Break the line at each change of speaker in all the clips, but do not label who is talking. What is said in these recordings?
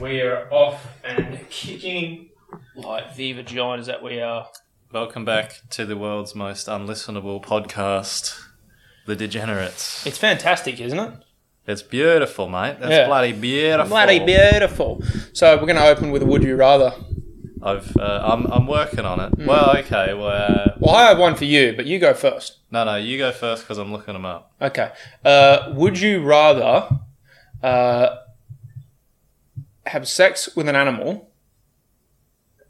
we are off and kicking like the vaginas that we are.
Welcome back to the world's most unlistenable podcast, The Degenerates.
It's fantastic, isn't it?
It's beautiful, mate. That's
Yeah.
bloody beautiful.
Bloody beautiful. So we're going to open with a would you rather.
I've, uh, I'm, I'm working on
Mm.
it. Well, okay. Well, uh,
Well, I have one for you, but you go first.
no, no, you go first because I'm looking them up.
Okay. Uh, would you rather uh, have sex with an animal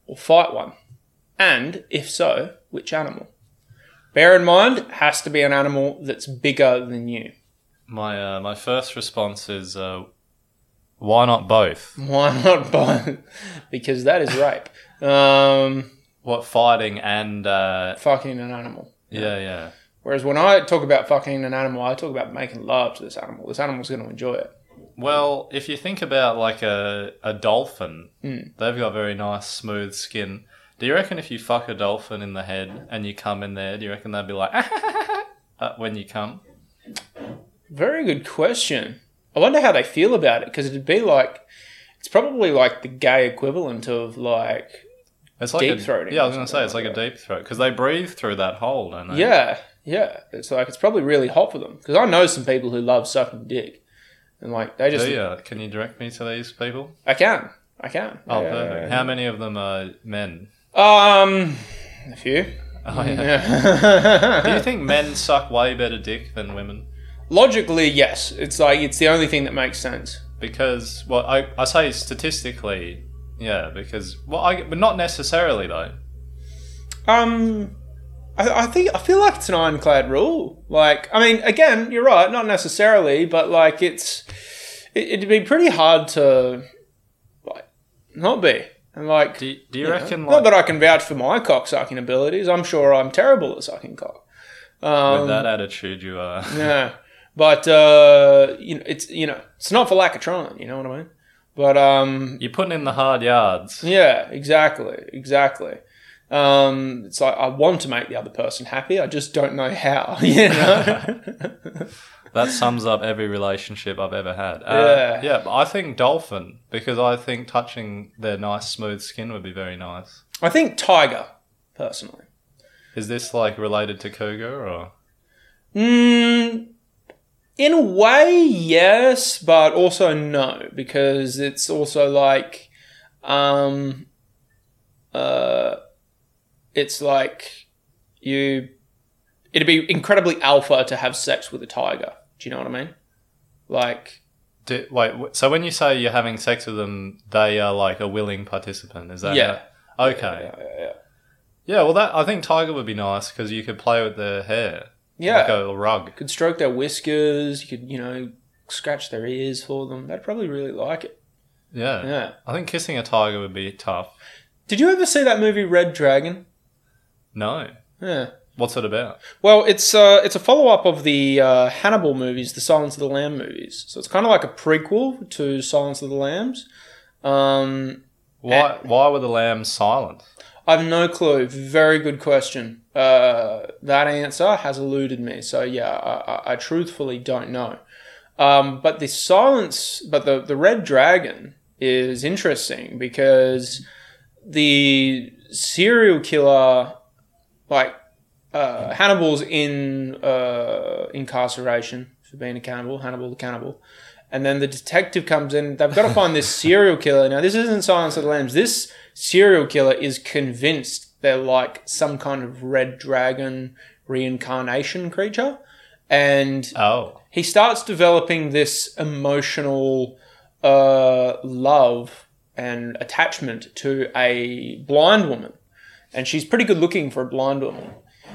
or fight one? And if so, which animal? Bear in mind, it has to be an animal that's bigger than you.
My, uh, my first response is, uh, why not both?
Why not both? because that is rape. Um,
What fighting and uh,
fucking an animal.
yeah, yeah.
Whereas when I talk about fucking an animal, I talk about making love to this animal. This animal's going to enjoy it.
Well, if you think about like a a dolphin,
Hmm.
they've got very nice smooth skin. Do you reckon if you fuck a dolphin in the head and you come in there, do you reckon they'd be like uh, when you come?
Very good question. I wonder how they feel about it because it'd be like it's probably like the gay equivalent of like
It's like
Deep
a,
throating
Yeah, I
or
was
something
gonna say it's like
like
a deep throat because they breathe through that hole, don't they?
yeah yeah. It's like it's probably really hot for them because I know some people who love sucking dick and like they just
Do you? Can you direct me to these people?
I can I can
Oh,
Yeah.
perfect. How many of them are men?
um a few
Oh, yeah. Do you
yeah.
think men suck way better dick than women?
logically yes it's like it's the only thing that makes sense
Because well, I, I say statistically, yeah. Because well, I but not necessarily though.
Um, I, I think I feel like it's an ironclad rule. Like, I mean, again, you're right, not necessarily, but like it's it, it'd be pretty hard to like not be. And like,
Do, do you
know,
reckon
not
like
that I can vouch for my cock sucking abilities. I'm sure I'm terrible at sucking cock. Um,
with that attitude you uh, are?
yeah, but uh, you know, it's you know, it's not for lack of trying. You know what I mean? But um,
You're putting in the hard yards.
yeah, exactly, exactly. Um, it's like I want to make the other person happy, I just don't know how. You know?
That sums up every relationship I've ever had. Uh,
Yeah.
yeah, but I think dolphin because I think touching their nice smooth skin would be very nice.
I think tiger, personally.
Is this like related to cougar or?
Mm, in a way, yes, but also no, because it's also like, um, uh, it's like you. It'd be incredibly alpha to have sex with a tiger. Do you know what I mean? Like,
Do, wait, w- so when you say you're having sex with them, they are like a willing participant. Is that
Yeah.
how- okay.
yeah, yeah, yeah.
Yeah, well, that I think tiger would be nice because you could play with their hair,
yeah.
like a rug.
could stroke their whiskers. You could, you know, scratch their ears for them. They'd probably really like it.
Yeah.
Yeah.
I think kissing a tiger would be tough.
Did you ever see that movie Red Dragon?
No,
Yeah.
what's it about?
Well, it's uh, it's a follow up of the uh, Hannibal movies, the Silence of the Lamb movies. So it's kind of like a prequel to Silence of the Lambs. Um,
Why? Why were the lambs silent?
I've no clue. Very good question. Uh, that answer has eluded me. So yeah, I, I, I truthfully don't know. Um, but the silence, but the the red dragon is interesting because the serial killer, like uh, Hannibal's in uh, incarceration for being a cannibal. Hannibal the cannibal. And then the detective comes in. They've got to find this serial killer. Now, this isn't Silence of the Lambs. This serial killer is convinced they're like some kind of red dragon reincarnation creature. And
Oh,
he starts developing this emotional uh, love and attachment to a blind woman. And she's pretty good looking for a blind woman.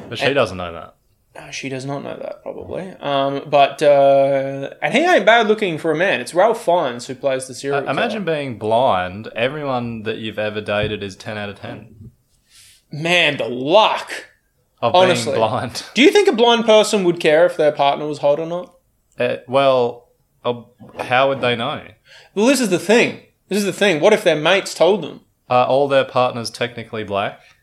but she doesn't know that.
Uh, She does not know that, probably. Um, but uh, and he ain't bad looking for a man. It's Ralph Fiennes who plays the serial. killer.
Uh, Imagine being blind. Everyone that you've ever dated is ten out of ten
man, the luck.
of
Honestly.
being blind.
Do you think a blind person would care if their partner was hot or not?
Uh, well, uh, how would they know?
Well, this is the thing. This is the thing. What if their mates told them?
Are all their partners technically black?
No,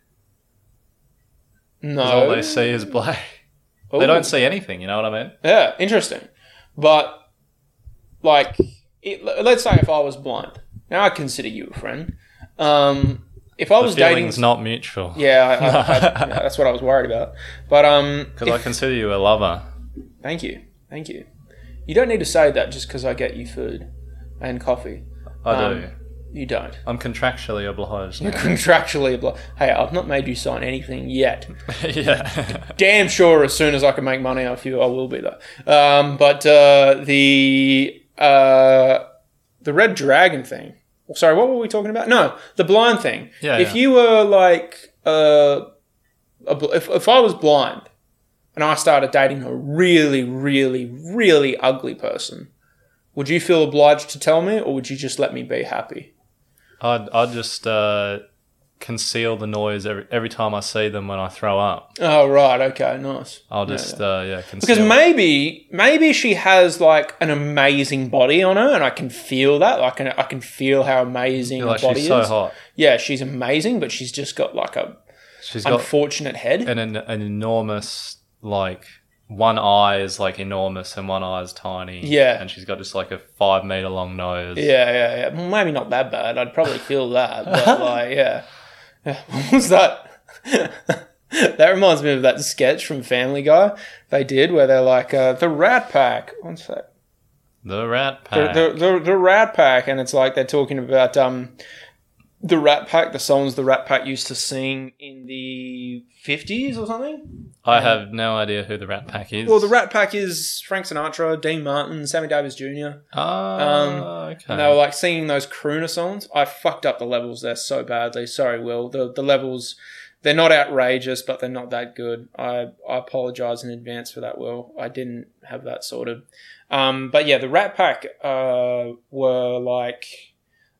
'Cause All they see is black. They
Ooh.
don't see anything. You know what I mean?
Yeah, interesting. But like, it, let's say if I was blind, and I consider you a friend. Um, if I
The
was dating,
feeling's not mutual.
yeah, I, I, I, yeah, that's what I was worried about. But um,
Because I consider you a lover.
Thank you. Thank you. You don't need to say that just because I get you food and coffee.
I
Um,
do.
You don't.
I'm contractually obliged.
You're contractually obliged. Hey, I've not made you sign anything yet.
yeah.
Damn sure as soon as I can make money off you, I will be though. Um, but uh, the uh, the red dragon thing. Sorry, what were we talking about? No, the blind thing.
Yeah,
If
yeah.
you were like, uh, a bl- if if I was blind and I started dating a really, really, really ugly person, would you feel obliged to tell me, or would you just let me be happy?
I'd, I'd just uh, conceal the noise every, every time I see them when I throw up.
Oh right, okay, nice.
I'll
Yeah,
just,
yeah.
uh, yeah, conceal
Because maybe, maybe she has like an amazing body on her, and I can feel that. Like, I can, I can feel how amazing
Like,
her body
she's so
is.
hot.
Yeah, she's amazing, but she's just got like a
She's got
unfortunate head.
an, an, an enormous, like, one eye is like enormous and one eye is tiny.
Yeah.
And she's got just like a five meter long nose.
Yeah, yeah, yeah. Well, maybe not that bad. I'd probably feel that, but like, yeah. yeah. What was that? that reminds me of that sketch from Family Guy they did where they're like uh, the Rat Pack. One sec.
The rat
the,
pack.
the, the, the Rat Pack, and it's like they're talking about um, the Rat Pack, the songs the Rat Pack used to sing in the 50s or something.
I have no idea who the rat pack is.
Well, the Rat Pack is Frank Sinatra, Dean Martin, Sammy Davis Jr.
Oh,
um,
okay.
And they were like singing those crooner songs. I fucked up the levels there so badly. Sorry, Will. The, the levels, they're not outrageous, but they're not that good. I, I apologize in advance for that, Will. I didn't have that sorted. Um, but yeah, the Rat Pack uh, were like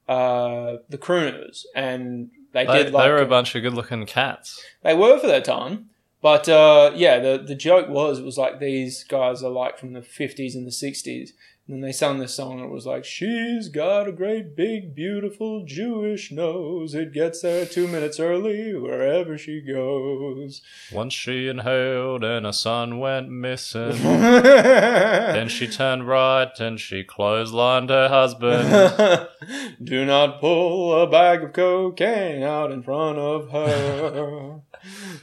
uh, the crooners, and they,
They,
did like
they were a bunch of good looking cats.
they were for their time. But uh, yeah, the the joke was it was like these guys are like from the fifties and the sixties, and then they sung this song and it was like she's got a great big beautiful Jewish nose. It gets there two minutes early wherever she goes.
Once she inhaled and her son went missing. Then
Do
she turned right and she clotheslined her husband.
not pull a bag of cocaine out in front of her.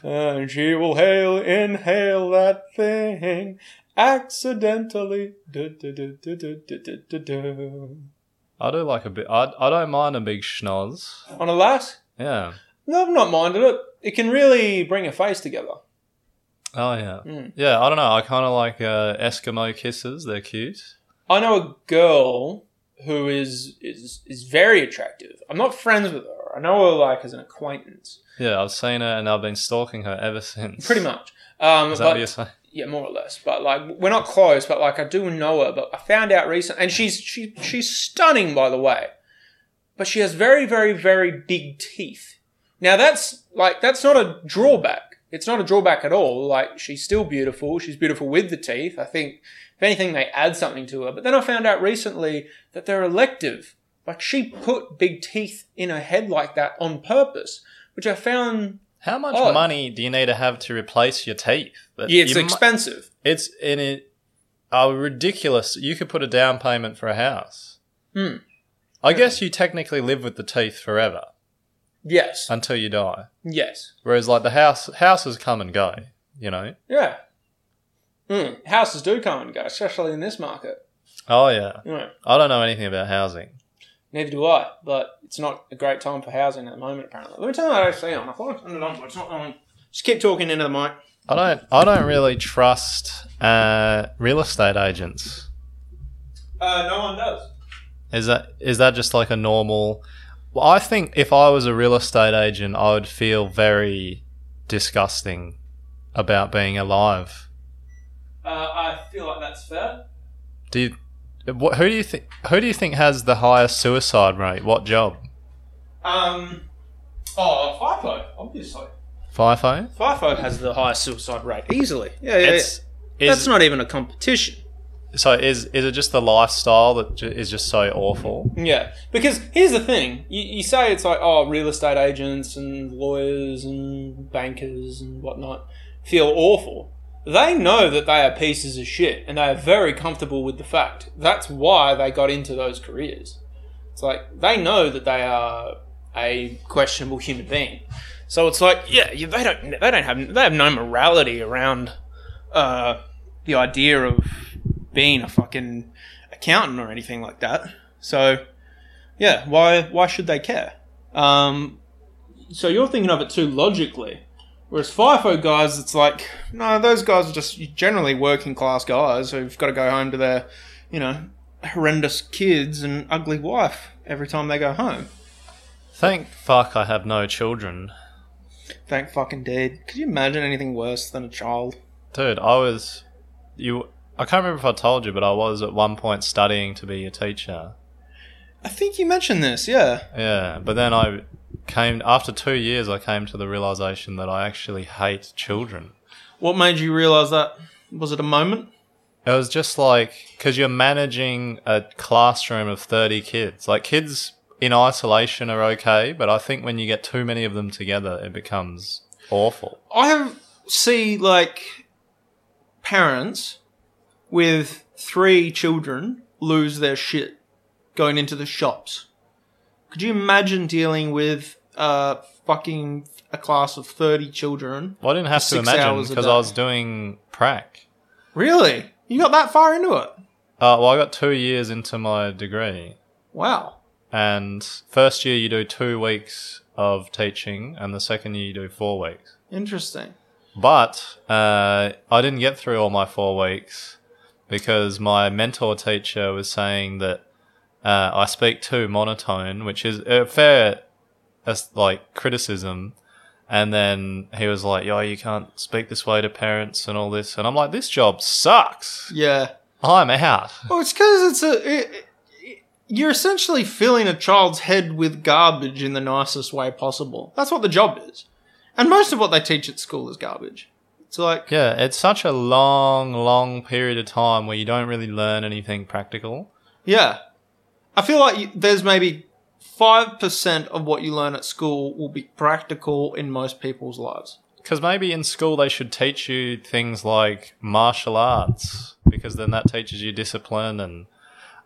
and she will hail, inhale that thing accidentally. Du- du- du- du- du- du- du- du- du.
I do like a bit. I, I don't mind a big schnoz.
On a lass?
Yeah.
No, I've not minded it. It can really bring a face together.
Oh yeah.
Mm.
Yeah. I don't know. I kind of like uh, Eskimo kisses. They're cute.
I know a girl who is, is is very attractive. I'm not friends with her. I know her like as an acquaintance,
Yeah. I've seen her and I've been stalking her ever since.
pretty much. Um,
Is that
but-
what you're saying?
yeah, more or less. But like, we're not close. But like, I do know her. But I found out recently, and she's she she's stunning, by the way. But she has very, very, very big teeth. Now that's like that's not a drawback. It's not a drawback at all. Like she's still beautiful. She's beautiful with the teeth. I think if anything, they add something to her. But then I found out recently that they're elective. Like she put big teeth in her head like that on purpose, which I found
How much
Oh.
money do you need to have to replace your teeth? That
yeah, it's
you mu-
expensive.
it's in it. Oh, ridiculous! You could put a down payment for a house.
Hmm.
I guess you technically live with the teeth forever
Yes.
until you die.
Yes.
Whereas like the house houses come and go, you know.
Yeah. Mm. Houses do come and go, especially in this market.
Oh yeah.
Yeah.
I don't know anything about housing.
Neither do I, but it's not a great time for housing at the moment, apparently. Let me turn that AC on. I thought I turned it on, but it's not on. Just keep talking into the mic.
I don't I don't really trust uh, real estate agents.
Uh, no one does.
Is that is that just like a normal Well, I think if I was a real estate agent, I would feel very disgusting about being alive.
Uh, I feel like that's fair.
Do you what, who do you think who do you think has the highest suicide rate? What job?
Um, oh, FIFO, obviously.
FIFO?
FIFO has the highest suicide rate, easily. Yeah, yeah.
It's
yeah. Eh,
is,
that's not even a competition.
so is is it just the lifestyle that ju- is just so awful?
Yeah, because here's the thing: you, you say it's like, oh, real estate agents and lawyers and bankers and whatnot feel awful. They know that they are pieces of shit, and they are very comfortable with the fact. That's why they got into those careers. It's like they know that they are a questionable human being. So it's like, yeah, you- they don't, they don't have, they have no morality around uh, the idea of being a fucking accountant or anything like that. So, yeah, why, why should they care? Um, so you're thinking of it too logically, whereas FIFO guys, it's like, no, those guys are just generally working class guys who've got to go home to their, you know, horrendous kids and ugly wife every time they go home.
Thank fuck I have no children.
Thank fucking dead. Could you imagine anything worse than a child?
Dude, I was you I can't remember if I told you, but I was at one point studying to be a teacher.
I think you mentioned this, yeah.
Yeah, but then I came after 2 years I came to the realization that I actually hate children.
What made you realise that? Was it a moment?
It was just like because you're managing a classroom of 30 kids. Like kids in isolation are okay, but I think when you get too many of them together, it becomes awful.
I have see like parents with three children lose their shit going into the shops. Could you imagine dealing with uh fucking a class of thirty children?
Well, I didn't have to
Six
imagine
hours a
because
day.
I was doing prac.
Really? You got that far into it?
Uh, well, I got two years into my degree,
Wow.
and first year you do two weeks of teaching, and the second year you do four weeks.
Interesting.
But uh, I didn't get through all my four weeks because my mentor teacher was saying that uh, I speak too monotone, which is a fair, as like criticism. And then he was like, "Yo, you can't speak this way to parents and all this." And I'm like, "This job sucks.
Yeah.
I'm out."
Well, Oh, it's because it's a. It, it- you're essentially filling a child's head with garbage in the nicest way possible. That's what the job is, and most of what they teach at school is garbage. It's like
Yeah, it's such a long, long period of time where you don't really learn anything practical.
yeah, I feel like you, there's maybe five percent of what you learn at school will be practical in most people's lives.
Because maybe in school they should teach you things like martial arts, because then that teaches you discipline and.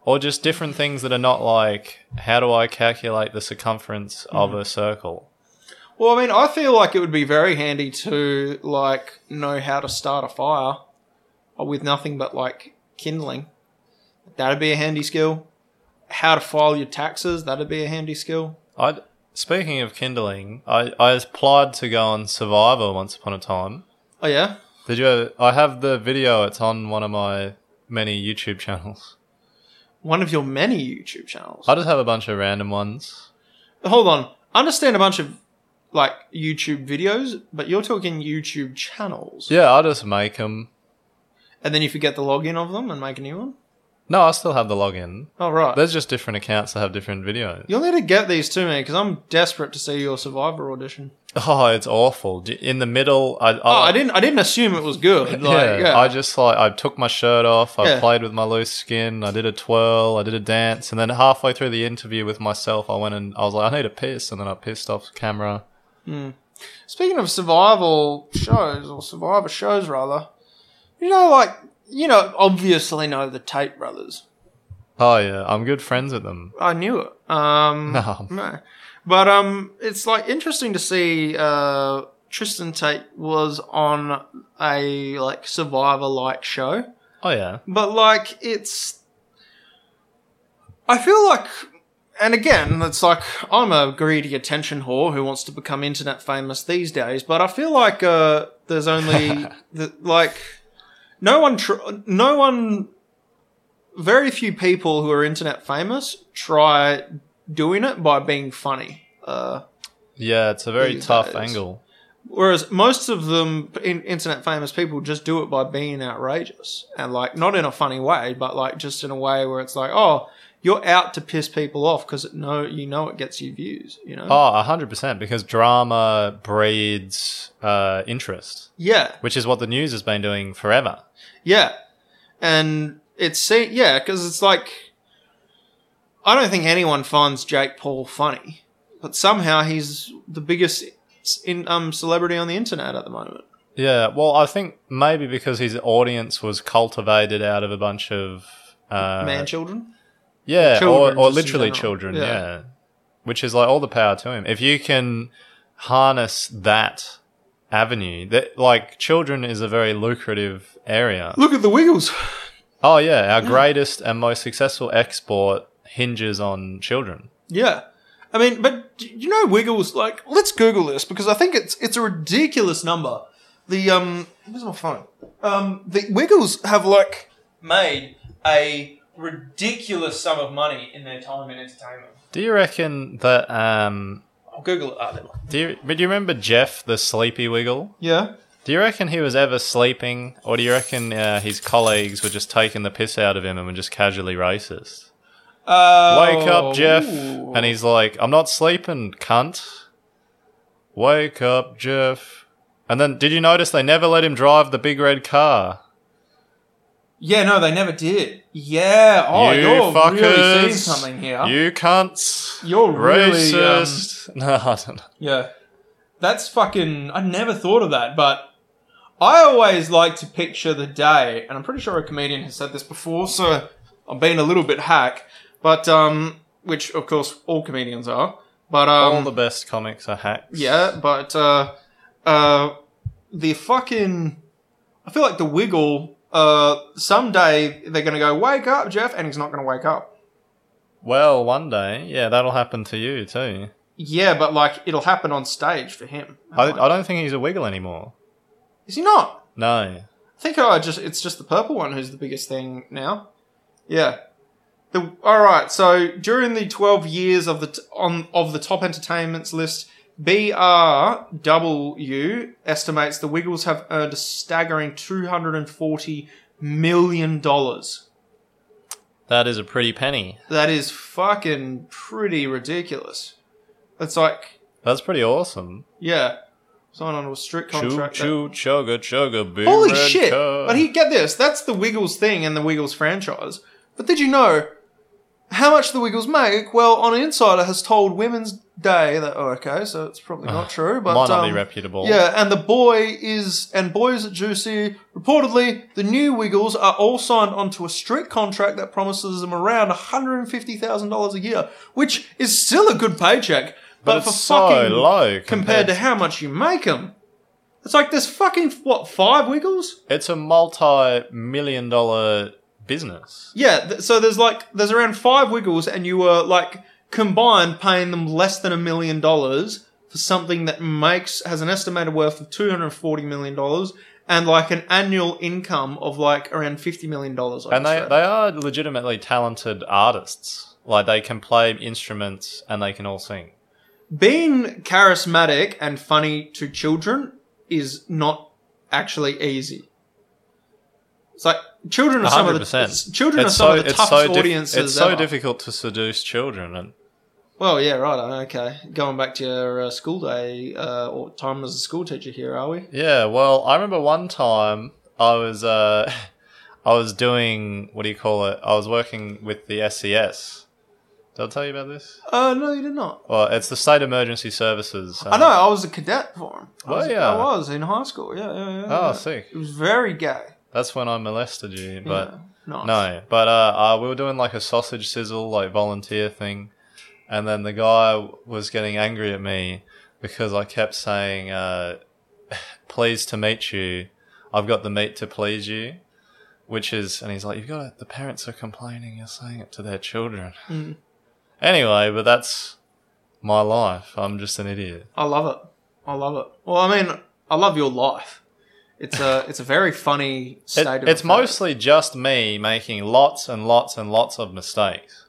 Or just different things that are not like, how do I calculate the circumference of a circle?
Well, I mean, I feel like it would be very handy to like know how to start a fire with nothing but like kindling. That'd be a handy skill. How to file your taxes, that'd be a handy skill.
I Speaking of kindling, I, I applied to go on Survivor once upon a time.
Oh yeah?
Did you? I have the video, it's on one of my many YouTube channels.
One of your many YouTube channels.
I just have a bunch of random ones.
Hold on. I understand a bunch of like YouTube videos, but you're talking YouTube channels.
Yeah, I just make them.
And then you forget the login of them and make a new one?
No, I still have the login.
Oh right.
There's just different accounts that have different videos.
You'll need to get these to me because I'm desperate to see your Survivor audition.
Oh, it's awful. D- In the middle, I I,
Oh, I didn't. I didn't assume it was good. Like,
yeah,
yeah,
I just like I took my shirt off. I
Yeah.
played with my loose skin. I did a twirl. I did a dance, and then halfway through the interview with myself, I went and I was like, I need a piss, and then I pissed off camera.
Speaking of survival shows or survivor shows rather, you know, like you know, obviously know the Tate brothers.
Oh yeah, I'm good friends with them.
I knew it. Um,
No.
no. but um, it's like interesting to see. Uh, Tristan Tate was on a like survivor like show.
Oh yeah,
But like it's I feel like and again, it's like I'm a greedy attention whore who wants to become internet famous these days, but I feel like uh there's only the, like no one tr- no one very few people who are internet famous try doing it by being funny. Uh
yeah. It's a very
These
tough
days.
angle.
Whereas most of them, in, internet famous people, just do it by being outrageous and like not in a funny way, but like just in a way where it's like, oh, you're out to piss people off because no, you know it gets you views, you know?
Oh, hundred percent. Because drama breeds uh, interest.
Yeah,
which is what the news has been doing forever.
yeah, and it's se- yeah, because it's like I don't think anyone finds Jake Paul funny, but somehow he's the biggest in um celebrity on the internet at the moment.
Yeah, well, I think maybe because his audience was cultivated out of a bunch of uh,
Man, children.
Yeah,
Children,
or, or
just in
literally
general.
children,
Yeah.
yeah. Which is like all the power to him. If you can harness that avenue, that like children is a very lucrative area.
Look at the Wiggles.
Oh yeah, our greatest and most successful export hinges on children.
Yeah. I mean, but d- you know Wiggles, like, let's Google this because I think it's it's a ridiculous number. The um where's my phone? Um the Wiggles have like made a ridiculous sum of money in their time and entertainment.
Do you reckon that um
I'll Google it. Ah, there we go.
do you, but do you remember Jeff the sleepy wiggle?
yeah.
Do you reckon he was ever sleeping or do you reckon uh, his colleagues were just taking the piss out of him and were just casually racist?
Uh,
Wake up, Jeff. And he's like, I'm not sleeping, cunt. Wake up, Jeff. And then, did you notice they never let him drive the big red car?
Yeah, no, they never did. Yeah. Oh,
you
you are
fuckers.
really seeing something here.
You cunts.
You're really, um,
racist. No, I don't know.
Yeah. That's fucking. I never thought of that, but I always like to picture the day, and I'm pretty sure a comedian has said this before, so I'm being a little bit hack, but, um, which of course all comedians are, but, um,
All the best comics are hacks.
yeah, but, uh, uh, the fucking. I feel like the wiggle, uh, someday they're gonna go, wake up, Jeff, and he's not gonna wake up.
Well, one day, yeah, that'll happen to you too.
Yeah, but like, it'll happen on stage for him.
I, I don't think he's a wiggle anymore.
Is he not?
No.
I think oh, just it's just the purple one who's the biggest thing now. Yeah. The, all right. So during the twelve years of the t- on of the top entertainments list, BRW estimates the Wiggles have earned a staggering two hundred and forty million dollars.
That is a pretty penny.
That is fucking pretty ridiculous. It's like
That's pretty awesome.
yeah, signed onto a strict
Choo
contract. that-
choo chugga chugga big
Holy
red
shit!
car.
But he get this. That's the Wiggles thing and the Wiggles franchise. But did you know how much the Wiggles make? Well, on Insider has told Women's Day that oh, okay, so it's probably not true. But
might not be
um,
reputable.
yeah, and the boy is and boys at Juicy. Reportedly, the new Wiggles are all signed onto a strict contract that promises them around one hundred and fifty thousand dollars a year, which is still a good paycheck. But,
but, it's
for
so
fucking
low
compared to how much you make them, it's like there's fucking what five Wiggles.
it's a multi-million dollar business.
Yeah, th- so there's like there's around five Wiggles, and you were like combined paying them less than a million dollars for something that makes has an estimated worth of two hundred forty million dollars and like an annual income of like around fifty million dollars.
And they, they are legitimately talented artists. Like they can play instruments and they can all sing.
being charismatic and funny to children is not actually easy. It's like children are some of
100%.
the it's- children
It's
are some of the
it's
toughest
diff-
audiences.
It's so
ever.
difficult to seduce children. And
Well, yeah, right. Okay, going back to your uh, school day uh, or time as a school teacher here, are we?
yeah, well, I remember one time I was uh, I was doing what do you call it? I was working with the SES. Did I tell you about this?
Uh, no, you did not.
Well, it's the State Emergency Services.
I know. I was a cadet for him. I
Were
was,
ya?
I was in high school. Yeah, yeah, yeah.
Oh,
yeah.
sick.
It was very gay.
That's when I molested you, but
yeah. nice.
No, but uh, uh, we were doing like a sausage sizzle, like volunteer thing, and then the guy was getting angry at me because I kept saying, uh, "Pleased to meet you. I've got the meat to please you," which is, and he's like, "You've got to, the parents are complaining. You're saying it to their children."
Mm.
Anyway, but that's my life. I'm just an idiot.
I love it. I love it. Well, I mean, I love your life. It's a it's a very funny
It-
state of
it's
affairs.
mostly just me making lots and lots and lots of mistakes.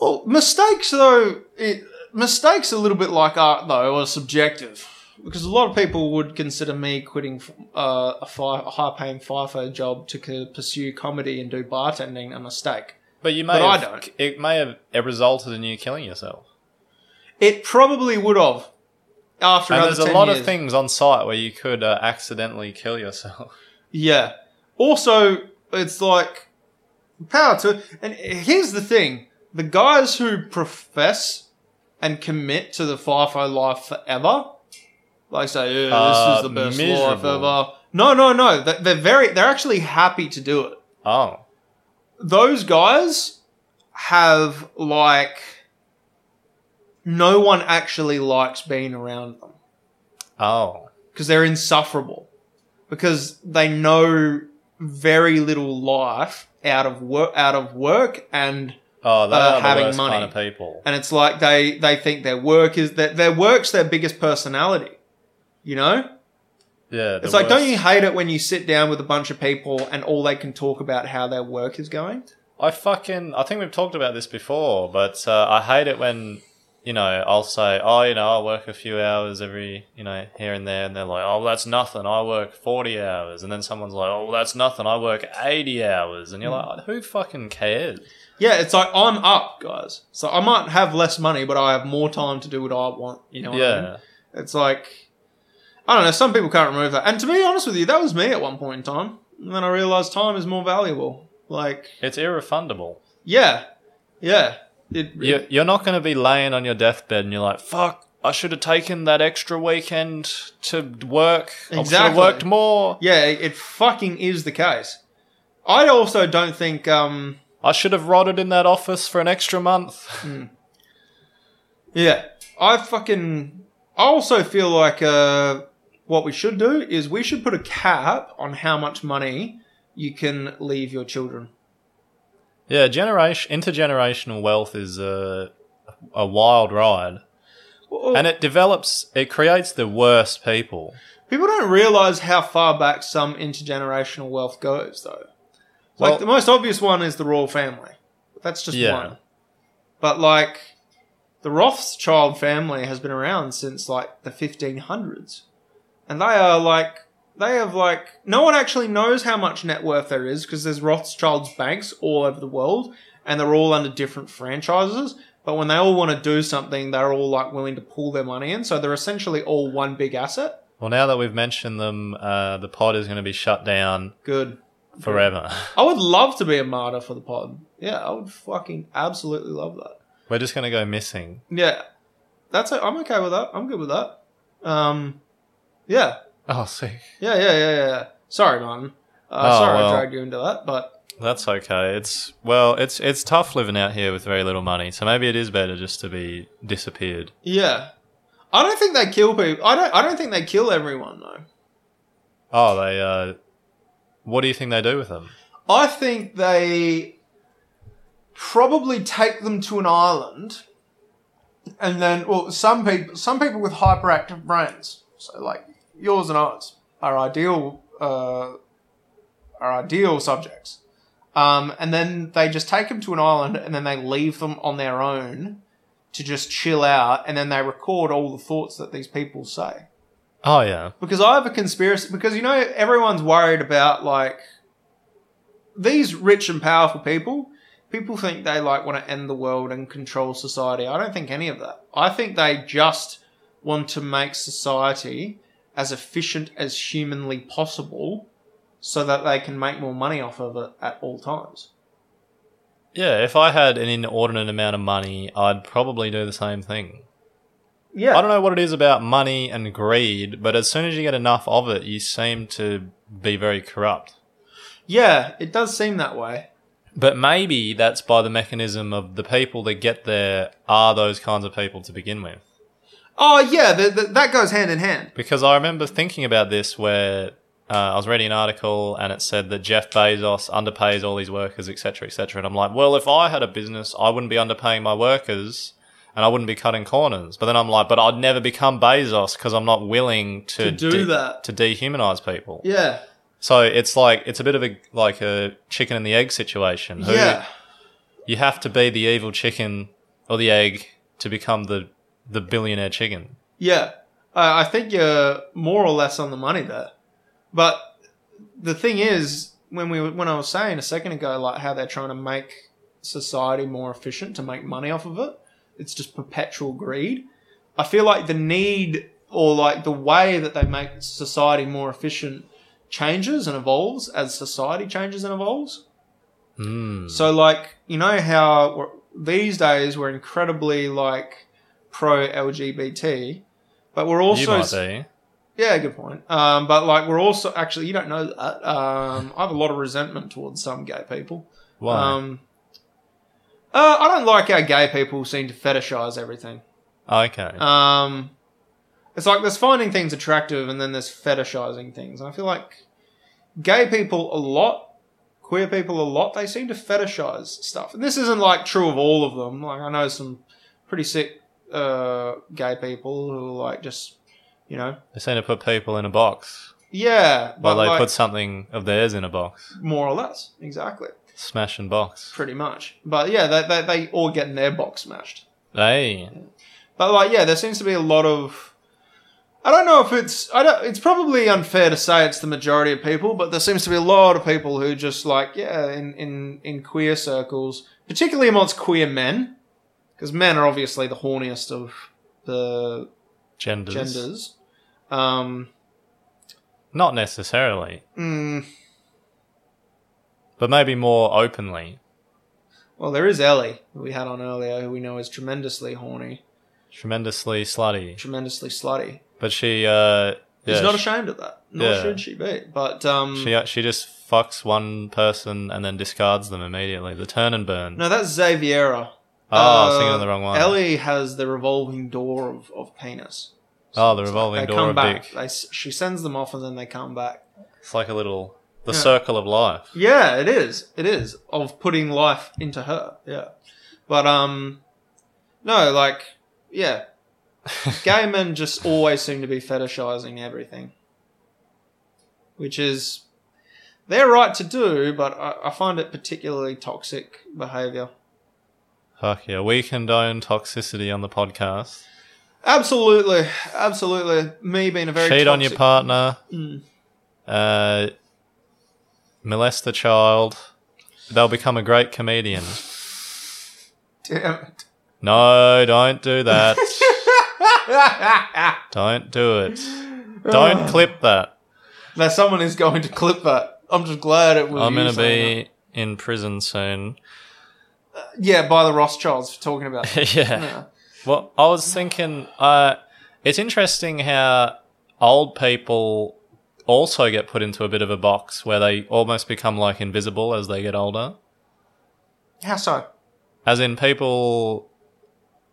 Well, mistakes though, it, mistakes a little bit like art though are subjective because a lot of people would consider me quitting f- uh, a, fi a high-paying FIFO job to c- pursue comedy and do bartending a mistake.
But you may
But I
have,
don't.
it may have it resulted in you killing yourself.
It probably would have after
And
another
there's a
10
lot of
years.
things on site where you could uh, accidentally kill yourself.
Yeah. Also, it's like power to. And here's the thing: the guys who profess and commit to the FIFO life forever, like say, yeah, this
Uh,
is the best life
miserable.
ever. No, no, no. They- They're very. They're actually happy to do it.
Oh,
Those guys have like no one actually likes being around them
Oh.
because they're insufferable because they know very little life out of work out of work and
Oh, they
Uh,
are the
having
worst
money.
kind of people.
and it's like they they think their work is that their work's their biggest personality you know
Yeah. the
it's like don't
worst.
you hate it when you sit down with a bunch of people and all they can talk about how their work is going
I fucking. I think we've talked about this before, but uh, I hate it when you know I'll say, oh, you know, I work a few hours every you know here and there, and they're like, oh, that's nothing. I work forty hours, and then someone's like, oh, that's nothing. I work eighty hours, and you're
Hmm.
like, "Oh, who fucking cares?
yeah it's like i'm up guys so i might have less money but i have more time to do what i want you know what I mean?
yeah.
It's like I don't know. Some people can't remove that. And to be honest with you, that was me at one point in time. And then I realized time is more valuable. Like,
It's irrefundable.
yeah, yeah. It,
You- You're not going to be laying on your deathbed and you're like, fuck, I should have taken that extra weekend to work. I should have
Exactly.
worked more.
yeah, it fucking is the case. I also don't think. um
I should have rotted in that office for an extra month.
Yeah, I fucking. I also feel like uh, what we should do is we should put a cap on how much money you can leave your children.
yeah, generation intergenerational wealth is a, a wild ride.
Well,
And it develops, it creates the worst people.
People don't realize how far back some intergenerational wealth goes, though.
Well-
like the most obvious one is the royal family. That's just
Yeah.
one. But like the Rothschild family has been around since like the 1500s, and they are like they have like no one actually knows how much net worth there is because there's Rothschild's banks all over the world, and they're all under different franchises. But when they all want to do something, they're all like willing to pull their money in, so they're essentially all one big asset.
Well, now that we've mentioned them, uh, the pod is going to be shut down
Good.
forever.
I would love to be a martyr for the pod. Yeah, I would fucking absolutely love that.
We're just going to go missing.
Yeah, that's it. I'm okay with that. I'm good with that. Um, yeah,
Oh, see.
yeah, yeah, yeah, yeah, yeah. Sorry, Martin. Uh,
Oh,
sorry
well.
I dragged you into that, but
That's okay. It's well, it's it's tough living out here with very little money. So maybe it is better just to be disappeared.
yeah, I don't think they kill people. I don't. I don't think they kill everyone though.
Oh, they. Uh, what do you think they do with them?
I think they probably take them to an island, and then well, some people some people with hyperactive brains, so like yours and ours, are ideal uh, are ideal subjects. Um, and then they just take them to an island, and then they leave them on their own to just chill out, and then they record all the thoughts that these people say
Oh yeah,
because I have a conspiracy. Because you know everyone's worried about like these rich and powerful people. People think they like want to end the world and control society. I don't think any of that. I think they just want to make society as efficient as humanly possible, so that they can make more money off of it at all times.
yeah. If I had an inordinate amount of money, I'd probably do the same thing.
Yeah,
I don't know what it is about money and greed, but as soon as you get enough of it, you seem to be very corrupt.
yeah, it does seem that way.
But maybe that's by the mechanism of the people that get there are those kinds of people to begin with.
Oh yeah, th th that goes hand in hand.
Because I remember thinking about this where uh, I was reading an article and it said that Jeff Bezos underpays all these workers, etc., etc. And I'm like, well, if I had a business, I wouldn't be underpaying my workers and I wouldn't be cutting corners. But then I'm like, but I'd never become Bezos because I'm not willing to,
To do that.
to dehumanize people.
Yeah,
So it's like it's a bit of a like a chicken and the egg situation. Who-
yeah,
you have to be the evil chicken or the egg to become the the billionaire chicken.
Yeah, I I think you're more or less on the money there. But the thing is, when we were- when I was saying a second ago, like how they're trying to make society more efficient to make money off of it, it's just perpetual greed. I feel like the need or like the way that they make society more efficient changes and evolves as society changes and evolves.
Mm.
So, like, you know how we're- these days we're incredibly like pro LGBT, but we're also
you might be.
yeah, good point. Um, but like we're also actually you don't know uh, that. Um, I have a lot of resentment towards some gay people.
Why?
Um, Uh, I don't like how gay people seem to fetishize everything.
Oh, Okay.
Um, it's like there's finding things attractive and then there's fetishizing things. And I feel like gay people a lot, queer people a lot, they seem to fetishize stuff. And this isn't like true of all of them. Like I know some pretty sick uh, gay people who are like just, you know,
they seem to put people in a box.
yeah,
Well,
but
they
like,
put something of theirs in a box.
more or less exactly,
Smash and box.
pretty much. But yeah, they they, they all get in their box smashed.
Hey.
But like, yeah, there seems to be a lot of. I don't know if it's. I don't. It's probably unfair to say it's the majority of people, but there seems to be a lot of people who just like, yeah, in in in queer circles, particularly amongst queer men, because men are obviously the horniest of the
Genders.
genders. Um,
Not necessarily,
mm,
but maybe more openly.
well, there is Ellie, who we had on earlier, who we know is tremendously horny,
Tremendously slutty.
tremendously slutty.
But she, uh.
She's
Yeah,
not ashamed of that, nor
Yeah.
should she be. But um,
She uh, she just fucks one person and then discards them immediately. The turn and burn.
no, that's Xaviera.
oh, I was
Uh,
thinking of the wrong one.
Ellie has the revolving door of, of penis.
oh, the
It's like
revolving
they
door
come
of
back.
dick.
They s she sends them off and then they come back.
It's like a little the
Yeah.
circle of life.
Yeah, it is. It is of putting life into her. Yeah, but um, no, like yeah, gay men just always seem to be fetishizing everything, which is their right to do, but I, I find it particularly toxic behavior.
Fuck yeah, we condone toxicity on the podcast.
Absolutely, absolutely. Me being a very
Cheat on your
toxic-
partner.
Mm.
Uh, molest a child. They'll become a great comedian.
Damn it.
No, don't do that. don't do it. Don't clip that.
Now someone is going to clip that. I'm just glad it was.
I'm
you
gonna
saying
be in prison soon.
that. Yeah, by the Rothschilds for talking about.
yeah.
yeah.
Well, I was thinking, uh, it's interesting how old people also get put into a bit of a box where they almost become like invisible as they get older.
How so?
As in, people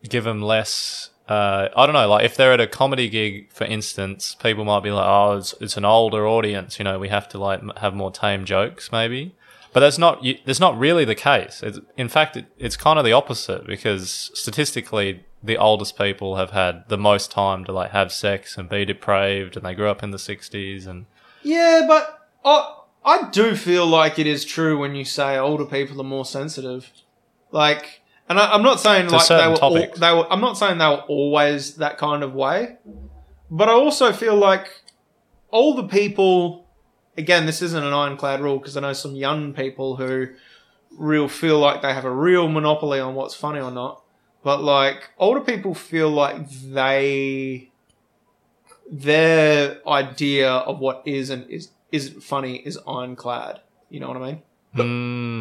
give them less. Uh, I don't know. Like, if they're at a comedy gig, for instance, people might be like, "Oh, it's, it's an older audience. You know, we have to like m- have more tame jokes, maybe." But that's not you, that's not really the case. It's, in fact, it, it's kind of the opposite because statistically, the oldest people have had the most time to like have sex and be depraved, and they grew up in the '60s. And
Yeah, but I I do feel like it is true when you say older people are more sensitive. Like, and I, I'm not saying
To
like they
certain
were al-
topics.
they were. I'm not saying they were always that kind of way, but I also feel like older people. Again, this isn't an ironclad rule because I know some young people who real feel like they have a real monopoly on what's funny or not. But like older people feel like they their idea of what is and is isn't funny is ironclad. You know what I mean?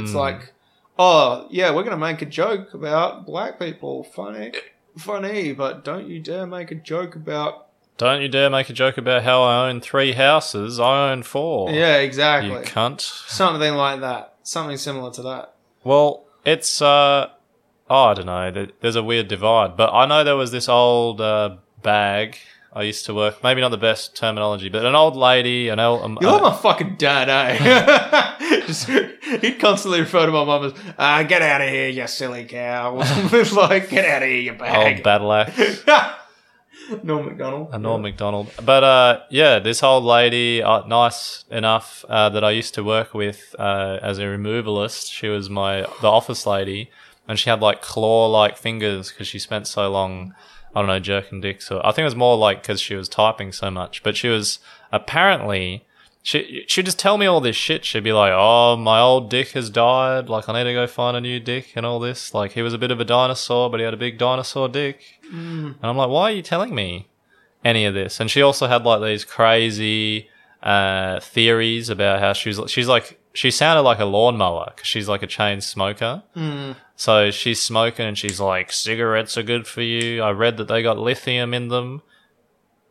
Hmm.
It's like, oh yeah, we're gonna make a joke about black people. Funny funny, but don't you dare make a joke about
don't you dare make a joke about how I own three houses. I own four.
Yeah,
Oh, You
exactly.
cunt.
Something like that. Something similar to that.
Well, it's uh, oh, I don't know. There's a weird divide, but I know there was this old uh, bag I used to work. Maybe not the best terminology, but an old lady, an old. Um,
You love my fucking dad, eh? Just, he'd constantly refer to my mum as, ah, get out of here, you silly cow. It's like, get out of here, you
old
bag.
battle axe.
Norm MacDonald.
a Norm McDonald. But uh, yeah, this old lady, uh, nice enough uh, that I used to work with uh, as a removalist. She was my the office lady, and she had like claw like fingers because she spent so long. I don't know, jerking dicks, or I think it was more like because she was typing so much. But she was apparently. She she'd just tell me all this shit. She'd be like, "Oh, my old dick has died. Like, I need to go find a new dick and all this. Like, he was a bit of a dinosaur, but he had a big dinosaur dick." And I'm like, "Why are you telling me?" any of this. And she also had like these crazy uh, theories about how she was. She's like she sounded like a lawnmower because she's like a chain smoker.
Mm.
So she's smoking and she's like, cigarettes are good for you. I read that they got lithium in them.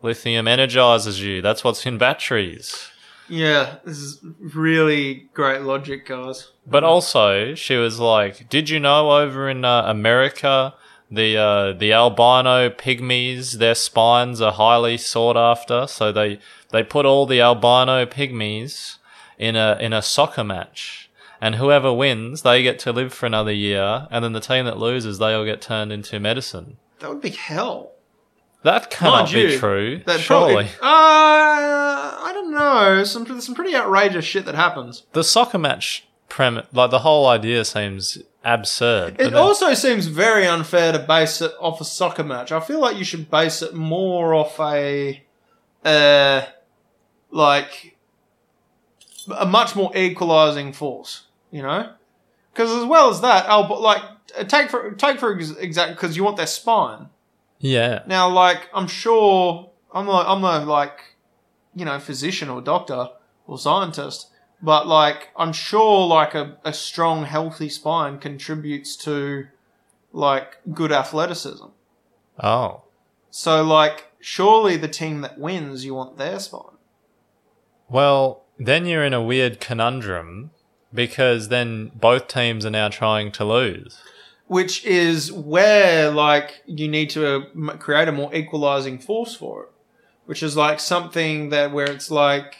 Lithium energizes you. That's what's in batteries.
Yeah, this is really great logic, guys.
But also, she was like, "Did you know over in uh, America, the uh, the albino pygmies, their spines are highly sought after. So they they put all the albino pygmies in a in a soccer match, and whoever wins, they get to live for another year, and then the team that loses, they all get turned into medicine.
That would be hell.
That cannot
Mind
be
you,
true,
That Probably,
surely."
uh, I don't know. Some some pretty outrageous shit that happens.
the soccer match premise, like the whole idea, seems absurd. but
It
then-
also seems very unfair to base it off a soccer match. I feel like you should base it more off a, uh, like a much more equalising force. You know, because as well as that, I'll but like uh, take for take for ex- exact because you want their spine.
yeah,
Now, like I'm sure I'm not I'm not like you know physician or doctor or scientist, but like I'm sure like a, a strong healthy spine contributes to like good athleticism.
oh.
So like surely the team that wins you want their spine.
Well, then you're in a weird conundrum because then both teams are now trying to lose.
Which is where like you need to uh, m- create a more equalizing force for it, which is like something that where it's like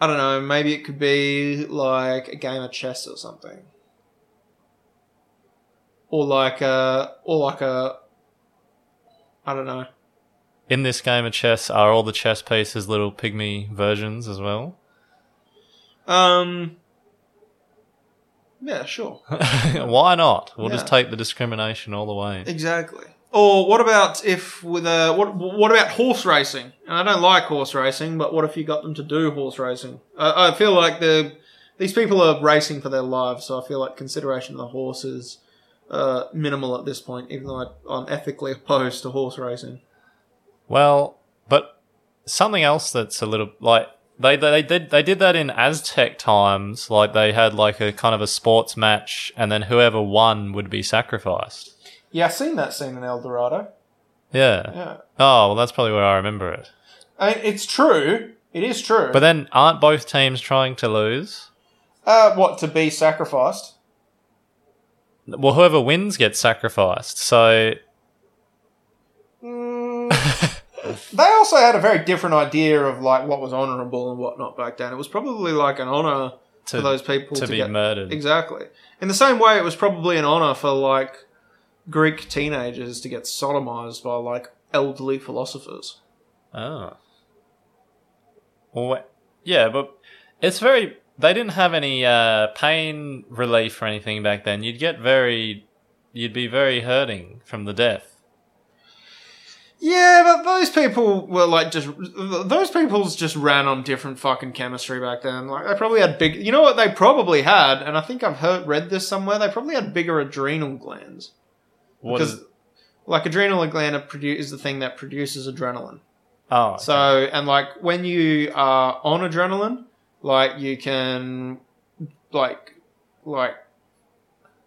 I don't know, maybe it could be like a game of chess or something, or like a or like a I don't know.
In this game of chess, are all the chess pieces little pygmy versions as well?
Um, yeah, sure.
Why not? We'll just
Yeah.
take the discrimination all the way.
Exactly. Or what about if with a what? What about horse racing? And I don't like horse racing, but what if you got them to do horse racing? I, I feel like the these people are racing for their lives, so I feel like consideration of the horse is uh, minimal at this point. Even though I, I'm ethically opposed to horse racing.
Well, but something else that's a little like they, they, they did they did that in Aztec times. Like they had like a kind of a sports match, and then whoever won would be sacrificed.
Yeah, I've seen that scene in El Dorado.
Yeah.
Yeah,
Oh well, that's probably where I remember it.
I mean, it's true. It is true.
But then, aren't both teams trying to lose?
uh, what to be sacrificed?
Well, whoever wins gets sacrificed. So,
Mm, They also had a very different idea of like what was honourable and whatnot back then. It was probably like an honour
To-
for those people
to
to,
be
get-
murdered.
Exactly. In the same way, it was probably an honour for like Greek teenagers to get sodomized by like elderly philosophers.
oh, well, wh- yeah, but it's very. They didn't have any uh, pain relief or anything back then. You'd get very, you'd be very hurting from the death.
Yeah, but those people were like just those people's just ran on different fucking chemistry back then. Like they probably had big. You know what they probably had, and I think I've heard read this somewhere. They probably had bigger adrenal glands.
What
because
is-
like adrenal gland are produ- is the thing that produces adrenaline.
oh,
So and like when you are on adrenaline, like you can like like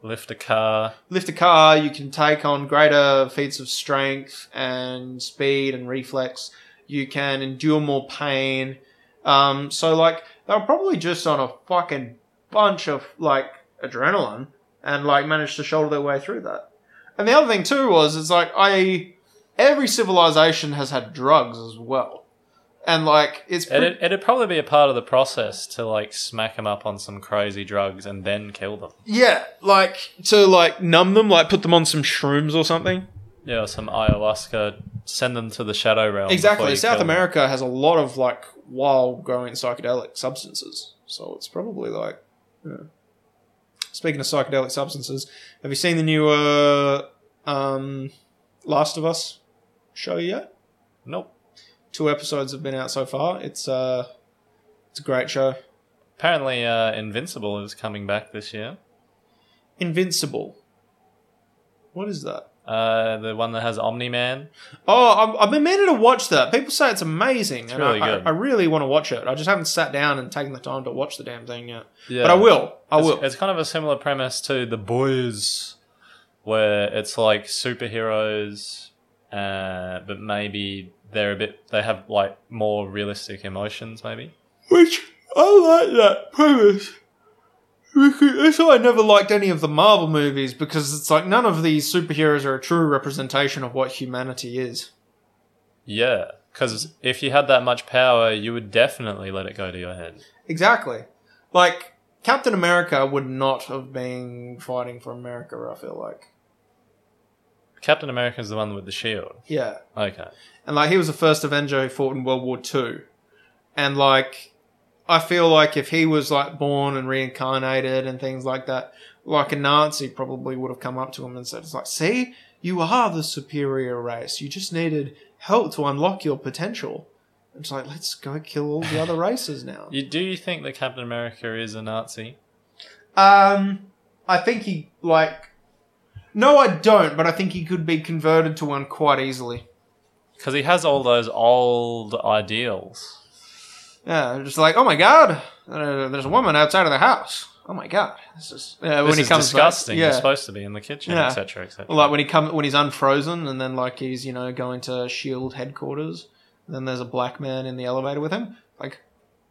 lift a car.
lift a car, you can take on greater feats of strength and speed and reflex. You can endure more pain. Um, so like they were probably just on a fucking bunch of like adrenaline and like managed to shoulder their way through that. And the other thing too was it's like I every civilization has had drugs as well. And like it's pre-
It'd, it'd probably be a part of the process to like smack them up on some crazy drugs and then kill them.
yeah, like to like numb them, like put them on some shrooms or something.
Yeah, or some ayahuasca. Send them to the shadow realm. before
Exactly.
you
South
kill them.
America has a lot of like wild growing psychedelic substances. So it's probably like. yeah. Speaking of psychedelic substances, have you seen the new uh, um, Last of Us show yet?
Nope.
Two episodes have been out so far. It's uh, it's a great show.
Apparently, uh, Invincible is coming back this year.
Invincible. What is that?
Uh, the one that has Omni Man.
Oh, I'm- I've been meaning to watch that. People say it's amazing, and
really
I, I-
good.
I really want to watch it. I just haven't sat down and taken the time to watch the damn thing yet.
Yeah.
But I will. I
It's,
will.
it's kind of a similar premise to The Boys, where it's like superheroes, uh, but maybe they're a bit. They have like more realistic emotions, maybe.
Which I like that premise. Because- That's why I never liked any of the Marvel movies because it's like none of these superheroes are a true representation of what humanity is.
Yeah, because if you had that much power, you would definitely let it go to your head.
Exactly. Like Captain America would not have been fighting for America. I feel like.
Captain America's the one with the shield.
Yeah.
Okay.
and like he was the first Avenger who fought in World War Two, and like I feel like if he was like born and reincarnated and things like that, like a Nazi probably would have come up to him and said, "It's like, see, you are the superior race. You just needed help to unlock your potential." It's like let's go kill all the other races now.
You, do you think that Captain America is a Nazi?
Um, I think he like. No, I don't, but I think he could be converted to one quite easily.
Because he has all those old ideals.
Yeah, just like, oh my god, uh, there's a woman outside of the house. Oh my god, this is yeah,
This
when he
is
comes
disgusting.
Back,
You're
yeah,
supposed to be in the kitchen,
Yeah.
etc., etc.
like when he come when he's unfrozen, and then like he's you know going to Shield E headquarters. Then there's a black man in the elevator with him. Like,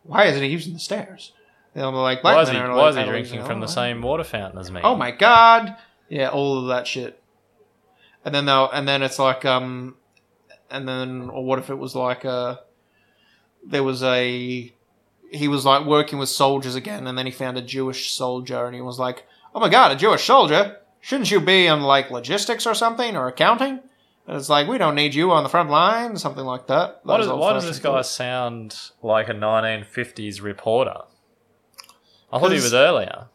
why isn't he using the stairs? And I'm like, black
why is he,
men are
why is he
allowed to
drinking
use it.
from the
Oh,
same water fountain as me?
Oh my god! Yeah, all of that shit. And then they'll, and then it's like, um, and then, or what if it was like, uh, there was a, he was like working with soldiers again, and then he found a Jewish soldier, and he was like, oh my god, a Jewish soldier? Shouldn't you be in like logistics or something, or accounting? And it's like, we don't need you on the front line, something like that.
Why
Those
does,
old
why does this
fashioned
guy
thoughts.
sound like a 1950s reporter? I thought he
'Cause-
was earlier.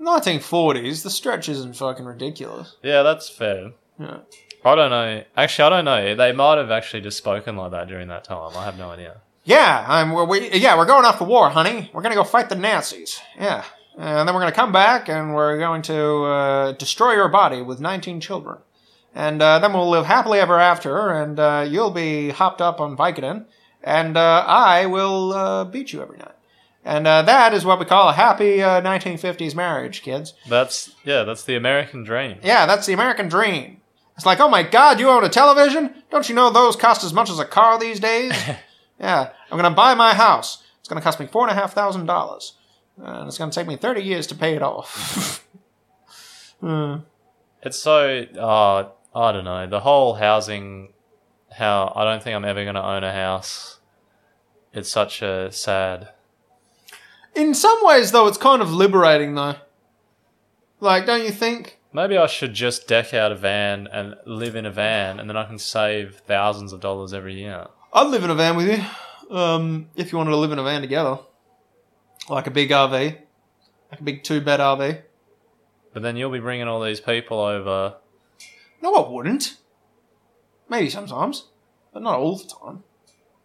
1940s, the stretch isn't fucking ridiculous.
Yeah, that's fair.
Yeah.
I don't know. Actually, I don't know. They might have actually just spoken like that during that time. I have no idea.
Yeah, I'm, we're, we, yeah, we're going off for war, honey. We're gonna go fight the Nazis. Yeah, and then we're gonna come back and we're going to uh, destroy your body with 19 children, and uh, then we'll live happily ever after. And uh, you'll be hopped up on Vicodin, and uh, I will uh, beat you every night. And uh, that is what we call a happy uh, 1950s marriage, kids.
That's yeah, that's the American dream.
Yeah, that's the American dream. It's like, oh my God, you own a television? Don't you know those cost as much as a car these days? yeah, I'm gonna buy my house. It's gonna cost me four and a half thousand dollars, and it's gonna take me thirty years to pay it off. Hmm.
It's so uh, I don't know. The whole housing how I don't think I'm ever going to own a house. It's such a sad.
In some ways, though, it's kind of liberating, though. Like, don't you think?
Maybe I should just deck out a van and live in a van and then I can save thousands of dollars every year.
I'd live in a van with you, um, if you wanted to live in a van together, like a big RV, like a big two-bed RV.
But then you'll be bringing all these people over.
No, I wouldn't. Maybe sometimes, but not all the time.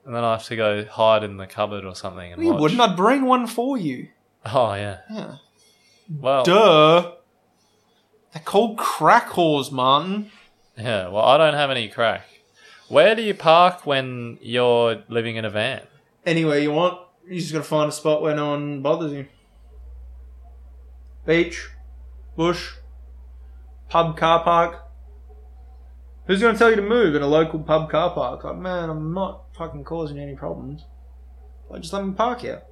And then I have to go hide in the cupboard or something. And
No, you
watch.
wouldn't. I'd bring one for you.
Oh yeah.
Yeah.
Well.
Duh. They're called crack whores, Martin.
Yeah. Well, I don't have any crack. Where do you park when you're living in a van?
Anywhere you want. You just gotta find a spot where no one bothers you. Beach, bush, pub car park. Who's gonna tell you to move in a local pub car park? Like, man, I'm not fucking causing any problems. Like, just let me park here.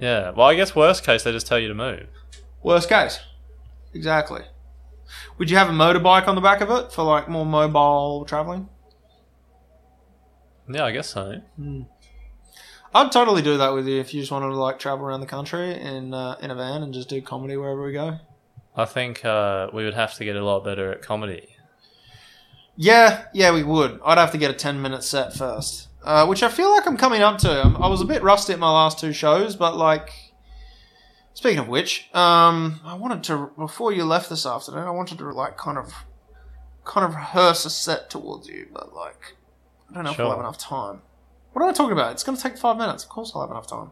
Yeah. Well, I guess worst case they just tell you to move.
Worst case. Exactly. Would you have a motorbike on the back of it for like more mobile traveling?
Yeah, I guess so.
I'd totally do that with you if you just wanted to like travel around the country in uh, in a van and just do comedy wherever we go.
I think uh, we would have to get a lot better at comedy.
Yeah, yeah, we would. I'd have to get a ten minute set first, uh, which I feel like I'm coming up to. I'm, I was a bit rusty at my last two shows, but like, speaking of which, um, I wanted to before you left this afternoon. I wanted to like kind of, kind of rehearse a set towards you, but like, I don't know if
Sure.
I'll have enough time. What am I talking about? It's going to take five minutes. Of course, I'll have enough time.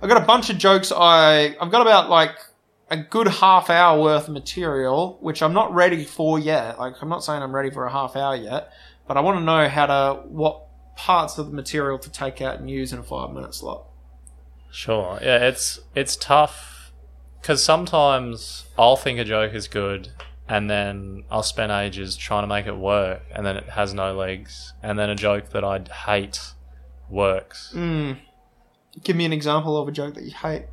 I've got a bunch of jokes. I I've got about like a good half hour worth of material, which I'm not ready for yet. Like I'm not saying I'm ready for a half hour yet, but I want to know how to what parts of the material to take out and use in a five minute slot.
Sure. Yeah, it's it's tough because sometimes I'll think a joke is good, and then I'll spend ages trying to make it work, and then it has no legs, and then a joke that I hate works.
Mm. Give me an example of a joke that you hate.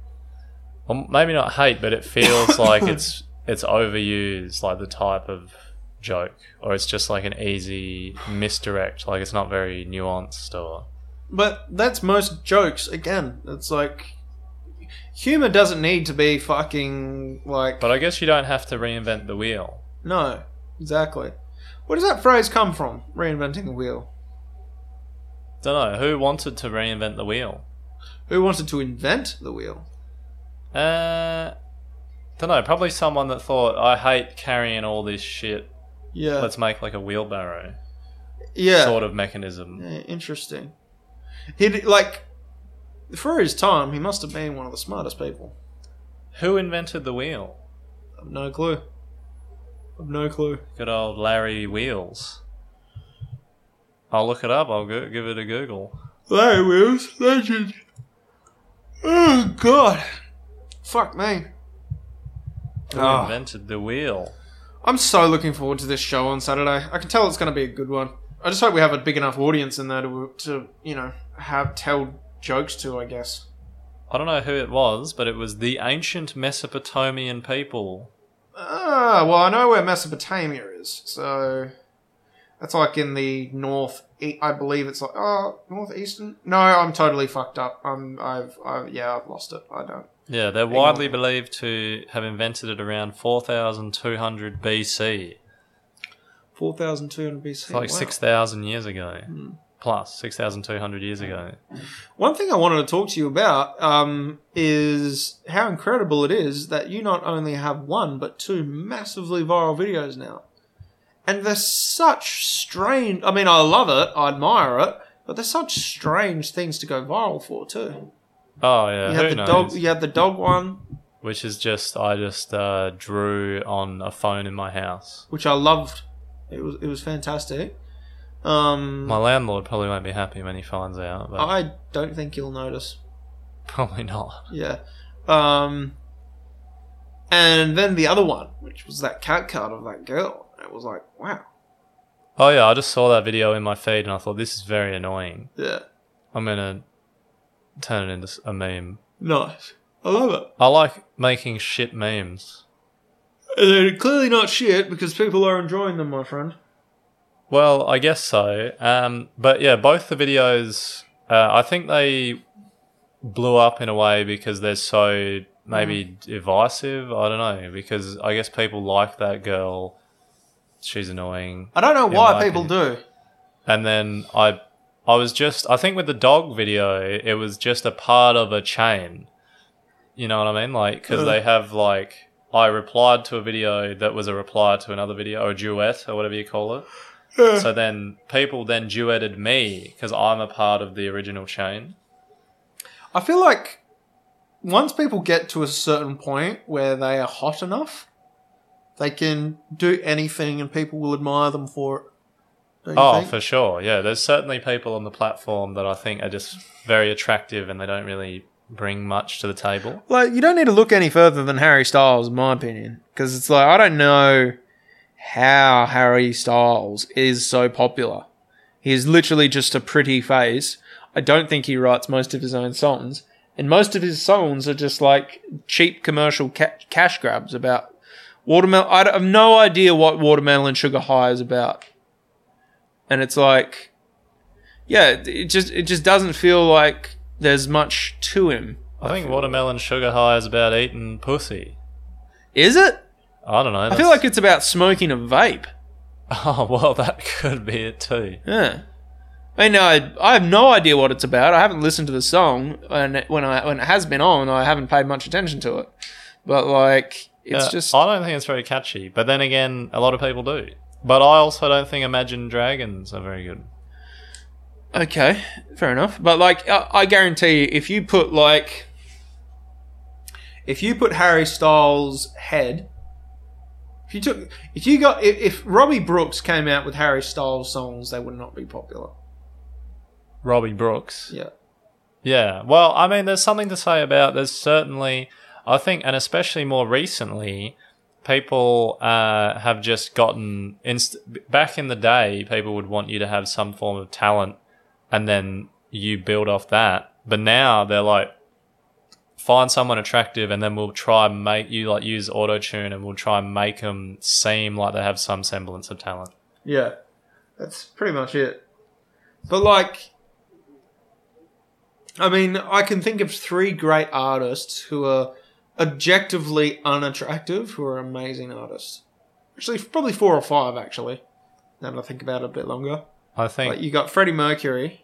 Well, maybe not hate, but it feels like it's it's overused, like the type of joke, or it's just like an easy misdirect. Like it's not very nuanced, or
But that's most jokes. Again, it's like humor doesn't need to be fucking like.
but I guess you don't have to reinvent the wheel.
no, exactly. Where does that phrase come from? Reinventing the wheel.
Don't know who wanted to reinvent the wheel.
Who wanted to invent the wheel?
Uh, don't know. Probably someone that thought I hate carrying all this shit.
Yeah.
Let's make like a wheelbarrow
yeah.
sort of mechanism.
Yeah, interesting. He d- like for his time, he must have been one of the smartest people.
Who invented the wheel?
I've no clue. I've no clue.
Good old Larry Wheels. I'll look it up. I'll go- give it a Google.
Larry Wills, legend. Oh God, fuck me.
Who
Ah.
invented the wheel?
I'm so looking forward to this show on Saturday. I can tell it's going to be a good one. I just hope we have a big enough audience in there to, to you know, have tell jokes to. I guess.
I don't know who it was, but it was the ancient Mesopotamian people.
Ah, well, I know where Mesopotamia is, so that's like in the north. e- I believe it's like oh, northeastern. No, I'm totally fucked up. I'm, I've, I've, yeah, I've lost it. I don't.
Yeah, they're widely believed to have invented it around 4,200 BC.
Four thousand two hundred BC.
It's like 6,000 years ago.
Hmm.
Plus, 6,200 years ago.
One thing I wanted to talk to you about um, is how incredible it is that you not only have one but two massively viral videos now, and they're such strange. I mean, I love it, I admire it, but they're such strange things to go viral for too.
Oh, yeah,
You
who
had the
knows?
dog. You had the dog one,
Which is just, I just uh, drew on a phone in my house.
which I loved. It was it was fantastic. Um,
My landlord probably won't be happy when he finds out, but
I don't think you'll notice.
probably not.
Yeah. Um, and then the other one, which was that cat card of that girl. It was like, wow.
Oh, yeah, I just saw that video in my feed and I thought, this is very annoying.
Yeah.
I'm going to turn it into s- a meme.
Nice. I love it.
I like making shit memes.
And they're clearly not shit because people are enjoying them, my friend.
Well, I guess so. Um, but yeah, both the videos, uh, I think they blew up in a way because they're so maybe divisive. I don't know. Because I guess people like that girl. She's annoying.
I don't know
Yeah,
why
like
people
it.
do.
And then I, I was just, I think with the dog video, it was just a part of a chain. You know what I mean? Like, because
Uh.
they have like, I replied to a video that was a reply to another video or a duet or whatever you call it. So then people then duetted me because I'm a part of the original chain.
I feel like once people get to a certain point where they are hot enough, they can do anything and people will admire them for it. Don't you
Oh,
think?
for sure. Yeah, there's certainly people on the platform that I think are just very attractive and they don't really bring much to the table.
Like, you don't need to look any further than Harry Styles, in my opinion, because it's like I don't know how Harry Styles is so popular. He is literally just a pretty face. I don't think he writes most of his own songs, and most of his songs are just like cheap commercial ca- cash grabs about watermelon. I d- I have no idea what watermelon sugar high is about, and it's like, yeah, it- it just it just doesn't feel like there's much to him.
I think watermelon sugar high is about eating pussy.
Is it?
I don't know.
I feel like it's about smoking a vape.
oh well, that could be it too.
Yeah. I mean, I, I have no idea what it's about. I haven't listened to the song, and it- when I when it has been on, I haven't paid much attention to it. But like, it's
Yeah,
just
Uh, I don't think it's very catchy. But then again, a lot of people do. But I also don't think Imagine Dragons are very good.
okay, fair enough. But like, I, I guarantee you, if you put like, if you put Harry Styles' head, if you took, if you got, if, if Robbie Brooks came out with Harry Styles songs, they would not be popular.
Robbie Brooks.
Yeah.
Yeah. Well, I mean, there's something to say about there's certainly, I think, and especially more recently, people uh, have just gotten. Inst- back in the day, people would want you to have some form of talent and then you build off that. But now they're like, find someone attractive, and then we'll try and make you like use auto tune, and we'll try and make them seem like they have some semblance of talent.
Yeah, that's pretty much it. But like, I mean, I can think of three great artists who are objectively unattractive who are amazing artists. Actually, probably four or five. Actually, now that I think about it a bit longer,
I think
like you got Freddie Mercury.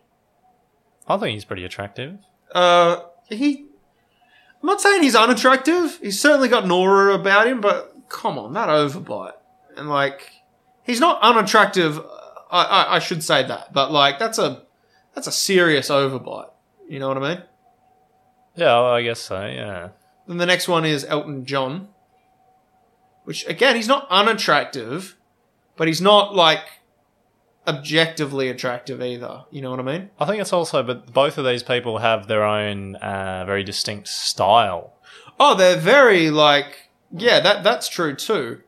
I think he's pretty attractive.
Uh, he. I'm not saying he's unattractive. He's certainly got an aura about him, but come on, that overbite and like he's not unattractive. uh, I, I, I should say that, but like that's a that's a serious overbite. You know what I mean?
Yeah, I guess so. Yeah.
Then the next one is Elton John, which again he's not unattractive, but he's not like objectively attractive either. You know what I mean?
I think it's also, but both of these people have their own uh, very distinct style.
Oh, they're very like yeah, that that's true too.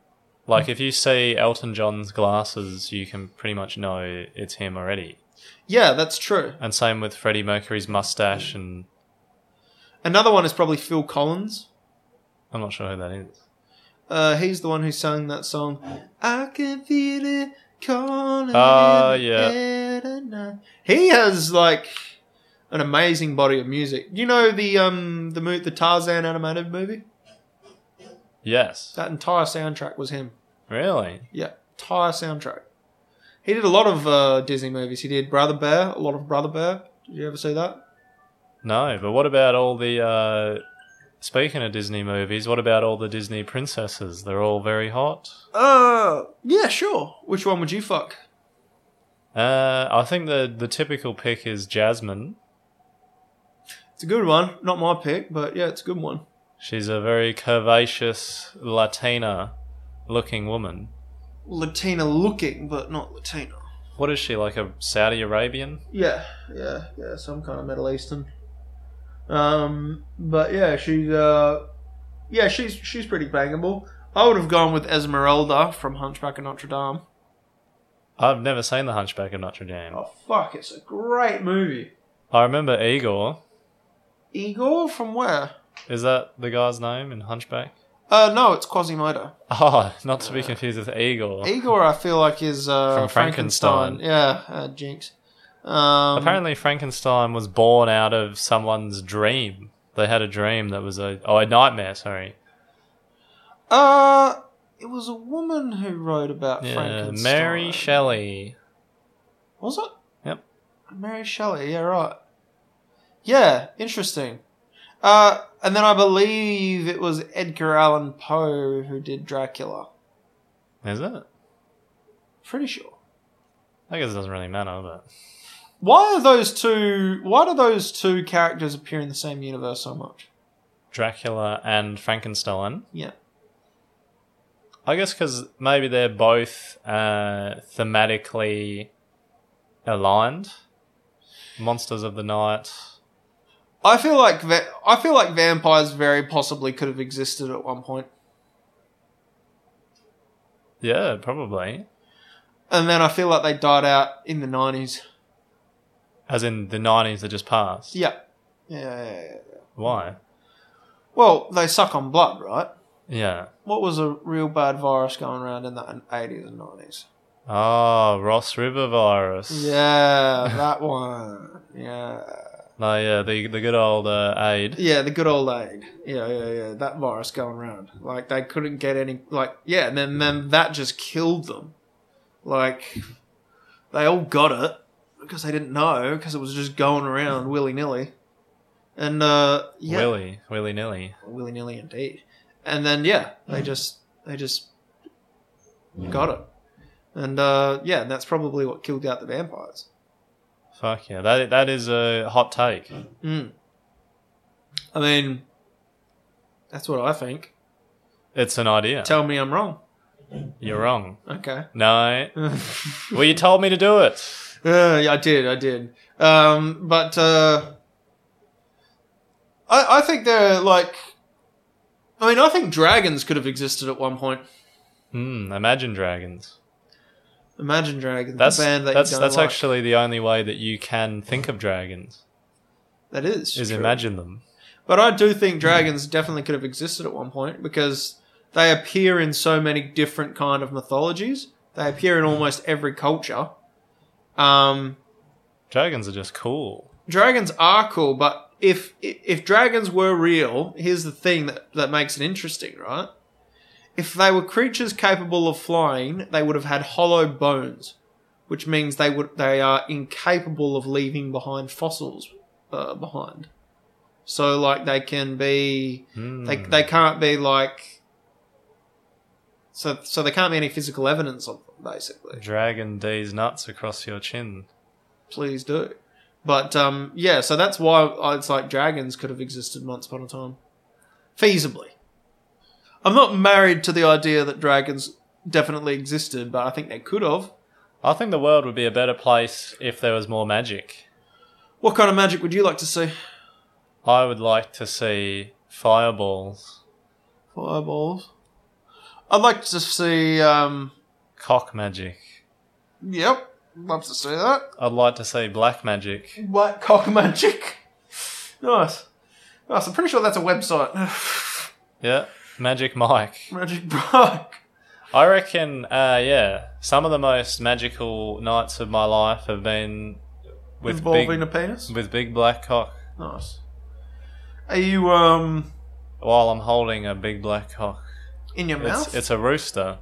Like if you see Elton John's glasses, you can pretty much know it's him already.
Yeah, that's true.
And same with Freddie Mercury's mustache, and
Another one is probably Phil Collins.
I'm not sure who that is.
Uh, he's the one who sang that song. I can feel it calling.
Ah,
in the
yeah.
dead of night." He has like an amazing body of music. You know the um the mo- the Tarzan animated movie.
Yes.
That entire soundtrack was him.
Really?
Yeah, entire soundtrack. He did a lot of uh, Disney movies. He did Brother Bear, a lot of Brother Bear. Did you ever see that?
No, but what about all the. Uh, speaking of Disney movies, what about all the Disney princesses? They're all very hot.
Uh, yeah, sure. Which one would you fuck?
Uh, I think the, the typical pick is Jasmine.
It's a good one. Not my pick, but yeah, it's a good one.
She's a very curvaceous Latina looking woman.
Latina looking, but not Latina.
What is she, like a Saudi Arabian?
Yeah, yeah, yeah, some kind of Middle Eastern. Um, but yeah, she's uh, yeah, she's she's pretty bangable. I would have gone with Esmeralda from Hunchback of Notre Dame.
I've never seen The Hunchback of Notre Dame.
Oh fuck, it's a great movie.
I remember Igor.
Igor from where?
Is that the guy's name in Hunchback?
Uh, no, it's Quasimodo.
Oh, not to be confused with Igor.
Igor, I feel like is uh,
Oh. From Frankenstein.
Yeah, uh, Jinx. Um,
Apparently, Frankenstein was born out of someone's dream. They had a dream that was a oh a nightmare. Sorry,
uh, it was a woman who wrote about
yeah,
Uh, Frankenstein.
Mary Shelley.
Was it?
Yep.
Mary Shelley, yeah, right. Yeah, interesting. Uh, and then I believe it was Edgar Allan Poe who did Dracula.
Is it?
Pretty sure.
I guess it doesn't really matter, but
Why are those two? Why do those two characters appear in the same universe so much?
Dracula and Frankenstein.
Yeah.
I guess because maybe they're both uh, thematically aligned. Monsters of the Night.
I feel like va- I feel like vampires very possibly could have existed at one point,
Yeah, probably.
and then I feel like they died out in the nineties.
As in the nineties that just passed.
Yeah. yeah, yeah, yeah.
Why?
Well, they suck on blood, right?
Yeah.
What was a real bad virus going around in the eighties and nineties?
Oh, Ross River virus.
Yeah, that one. Yeah.
No, yeah, the the good old uh, aid.
Yeah, the good old aid. Yeah, yeah, yeah. That virus going around. Like they couldn't get any like yeah, and then then that just killed them. Like they all got it because they didn't know because it was just going around willy-nilly. And uh yeah,
Willy, willy nilly.
willy nilly indeed. And then yeah, they just they just got it. And uh, yeah, and that's probably what killed out the vampires.
Fuck yeah, that that is a hot take.
Mm. I mean, that's what I think.
It's an idea.
Tell me I'm wrong.
You're wrong.
Okay.
No.
uh,
well, you told me to do it.
yeah, I did, I did. Um, but uh, I, I think they're like. I mean, I think dragons could have existed at one point.
Hmm. Imagine Dragons.
Imagine Dragons,
That's
the band that you
that's
don't
that's
like.
actually the only way that you can think of dragons.
That is.
Is
true.
imagine them.
But I do think dragons definitely could have existed at one point because they appear in so many different kind of mythologies. They appear in almost every culture. Um,
Dragons are just cool.
dragons are cool, but if if dragons were real, here's the thing that, that makes it interesting, right? If they were creatures capable of flying, they would have had hollow bones, which means they would they are incapable of leaving behind fossils uh, behind. So like they can be
Hmm.
they they can't be like so so there can't be any physical evidence of them basically
Dragon D's nuts across your chin.
please do. But um, yeah, so that's why I- it's like dragons could have existed once upon a time, feasibly. I'm not married to the idea that dragons definitely existed, but I think they could have.
I think the world would be a better place if there was more magic.
What kind of magic would you like to see?
I would like to see fireballs,
Fireballs. I'd like to see. Um,
cock magic.
yep, love to see that.
I'd like to see black magic.
Black cock magic. Nice. Nice. I'm pretty sure that's a website.
Yeah, Magic Mike.
magic Black.
I reckon, uh, yeah, some of the most magical nights of my life have been with
Involving
big,
a penis.
with big black cock.
Nice. Are you um
While I'm holding a big black cock,
in your
it's,
mouth
it's a rooster,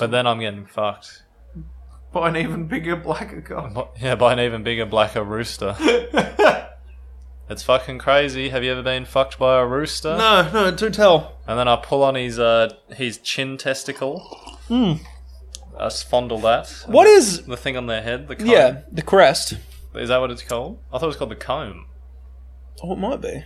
but then I'm getting fucked.
by an even bigger blacker cock?
Bu- Yeah, by an even bigger blacker rooster.
no,
It's fucking crazy. Have you ever been fucked by a rooster?
no, do tell.
And then I pull on his uh, his chin testicle. I s- fondle that.
Hmm. What is
the thing on their head? The comb.
yeah the crest?
Is that what it's called? I thought it was called the comb.
Oh, it might be.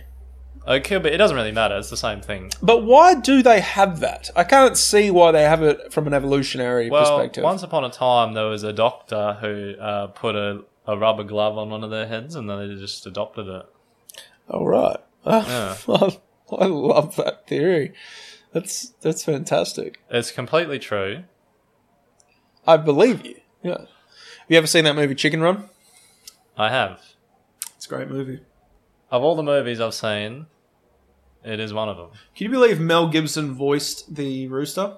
It could be. It doesn't really matter. It's the same thing.
But why do they have that? I can't see why they have it from an evolutionary
Well,
perspective.
once upon a time, there was a doctor who uh, put a, a rubber glove on one of their heads, and then they just adopted it.
All right. I, I love that theory. That's that's fantastic.
It's completely true.
I believe you. Yeah. Have you ever seen that movie Chicken Run?
I have.
It's a great movie.
Of all the movies I've seen, it is one of them.
Can you believe Mel Gibson voiced the rooster?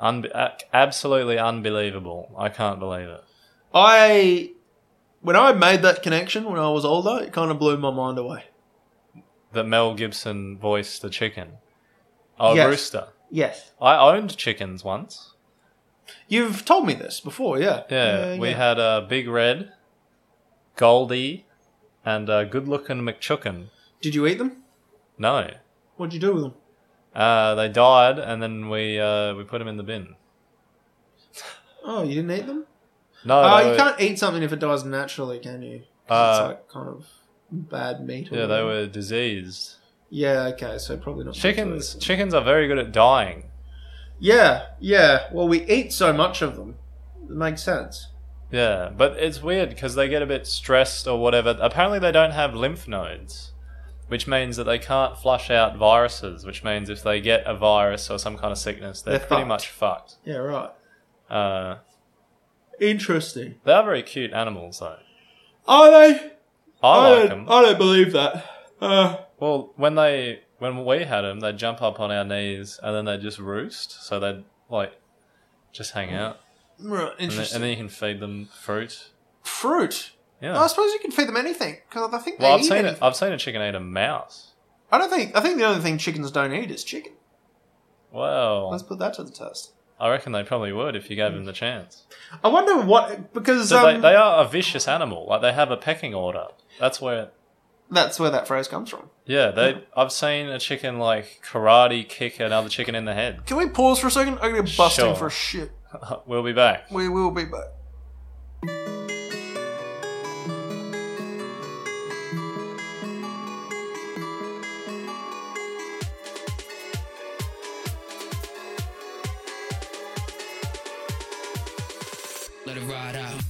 Unbe- ac- absolutely unbelievable. I can't believe it.
I when I made that connection when I was older, it kind of blew my mind away.
that Mel Gibson voiced the chicken. Oh,
Yes.
rooster.
Yes.
I owned chickens once.
You've told me this before, yeah.
Yeah, we
yeah.
had a uh, Big Red, Goldie, and uh, Good Looking McChicken.
Did you eat them?
No,
What'd you do with them?
uh, they died, and then we uh, we put them in the bin.
Oh, you didn't eat them?
No,
Oh,
they
you
were-
can't eat something if it dies naturally, can you? 'Cause it's like kind of bad meat. or
Uh, yeah, they
whatever.
were diseased.
Yeah, okay, so probably not. meant to
Chickens
eat them.
chickens are very good at dying.
Yeah, yeah. Well, we eat so much of them. It makes sense.
Yeah, but it's weird because they get a bit stressed or whatever. Apparently, they don't have lymph nodes, which means that they can't flush out viruses. Which means if they get a virus or some kind of sickness, they're,
They're
pretty
fucked.
much fucked.
Yeah, right.
Uh,
Interesting.
they are very cute animals, though.
Are they?
I like
don't,
them.
I don't believe that. Uh,
Well, when they when we had them, they'd jump up on our knees and then they'd just roost. So they'd like just hang out,
right,
and then,
interesting.
and then you can feed them fruit.
Fruit.
Yeah.
I suppose you can feed them anything because I think they
well, I've
eat
seen it.
anything.
I've seen a chicken eat a mouse.
I don't think. I think the only thing chickens don't eat is chicken.
Wow.
Let's put that to the test.
I reckon they probably would if you gave them the chance.
I wonder what because
So
um,
they, they are a vicious animal. Like they have a pecking order. That's where.
that's where that phrase comes from.
Yeah, they. I've seen a chicken like karate kick another chicken in the head.
Can we pause for a second? I'm gonna be busting
Sure.
for a shit.
we'll be back.
We will be back.
Let it ride out.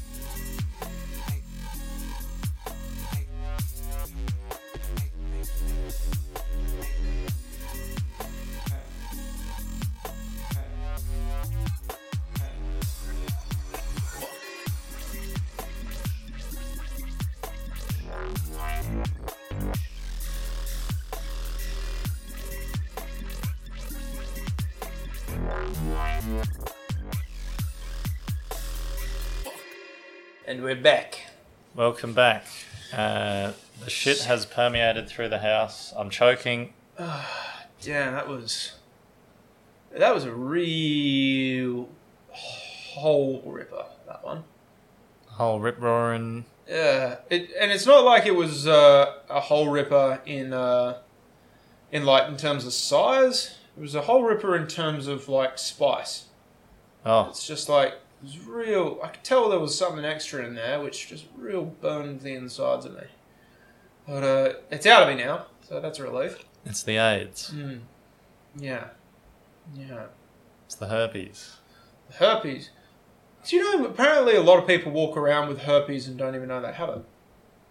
And we're back.
Welcome back. Uh, the shit has permeated through the house. I'm choking.
Damn, that was that was a real hole ripper. That one.
Whole rip roaring.
Yeah, it, and it's not like it was uh, a hole ripper in uh, in like in terms of size. It was a hole ripper in terms of like spice.
Oh,
It's just like it was real. I could tell there was something extra in there, which just real burned the insides of me. But uh, it's out of me now, so that's a relief.
it's the AIDS.
Mm. Yeah, yeah.
It's the herpes.
Herpes. Do you know? Apparently, a lot of people walk around with herpes and don't even know they have it.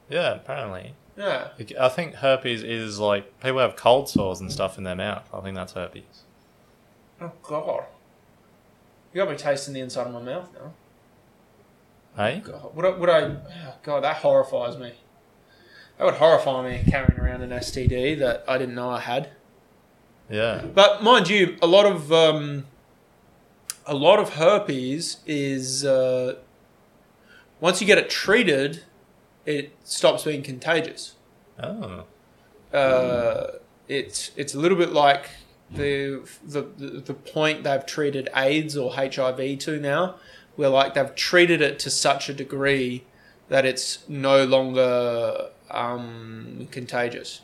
Yeah, apparently.
Yeah.
I think herpes is like people have cold sores and stuff in their mouth. I think that's herpes.
Oh God. You got me tasting the inside of my mouth now.
Hey?
God, would I? Would I oh God, that horrifies me. That would horrify me carrying around an STD that I didn't know I had.
Yeah.
But mind you, a lot of um, a lot of herpes is uh, once you get it treated, it stops being contagious.
Oh.
Uh, it's it's a little bit like the, the the the point they've treated AIDS or HIV to now, where like they've treated it to such a degree that it's no longer um, contagious.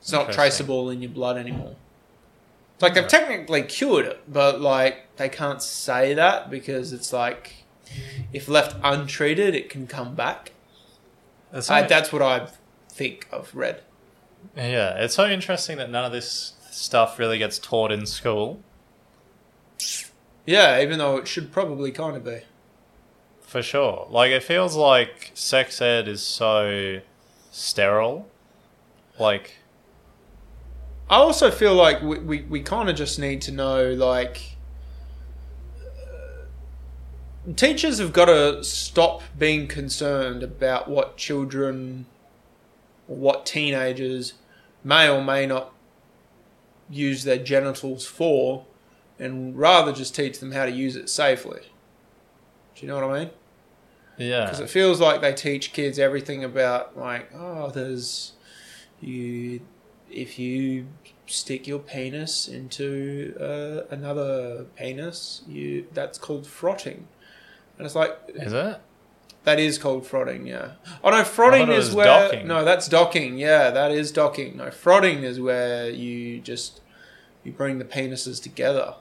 It's not
Interesting.
traceable in your blood anymore. It's Like they've technically cured it, but like they can't say that because it's like if left untreated, it can come back.
It's
I,
so-
that's what I think I've read.
yeah, it's so interesting that none of this stuff really gets taught in school.
Yeah, even though it should probably kind of be.
For sure. Like, it feels like sex ed is so sterile. Like,
I also feel like we, we, we kind of just need to know, like, uh, teachers have got to stop being concerned about what children, or what teenagers may or may not use their genitals for, and rather just teach them how to use it safely. Do you know what I mean? because
yeah.
it feels like they teach kids everything about like oh there's you if you stick your penis into uh, another penis you that's called frotting and it's like
Is it?
that is called frotting yeah oh no frotting
it
is
was
where
docking.
no that's docking yeah that is docking no frotting is where you just you bring the penises together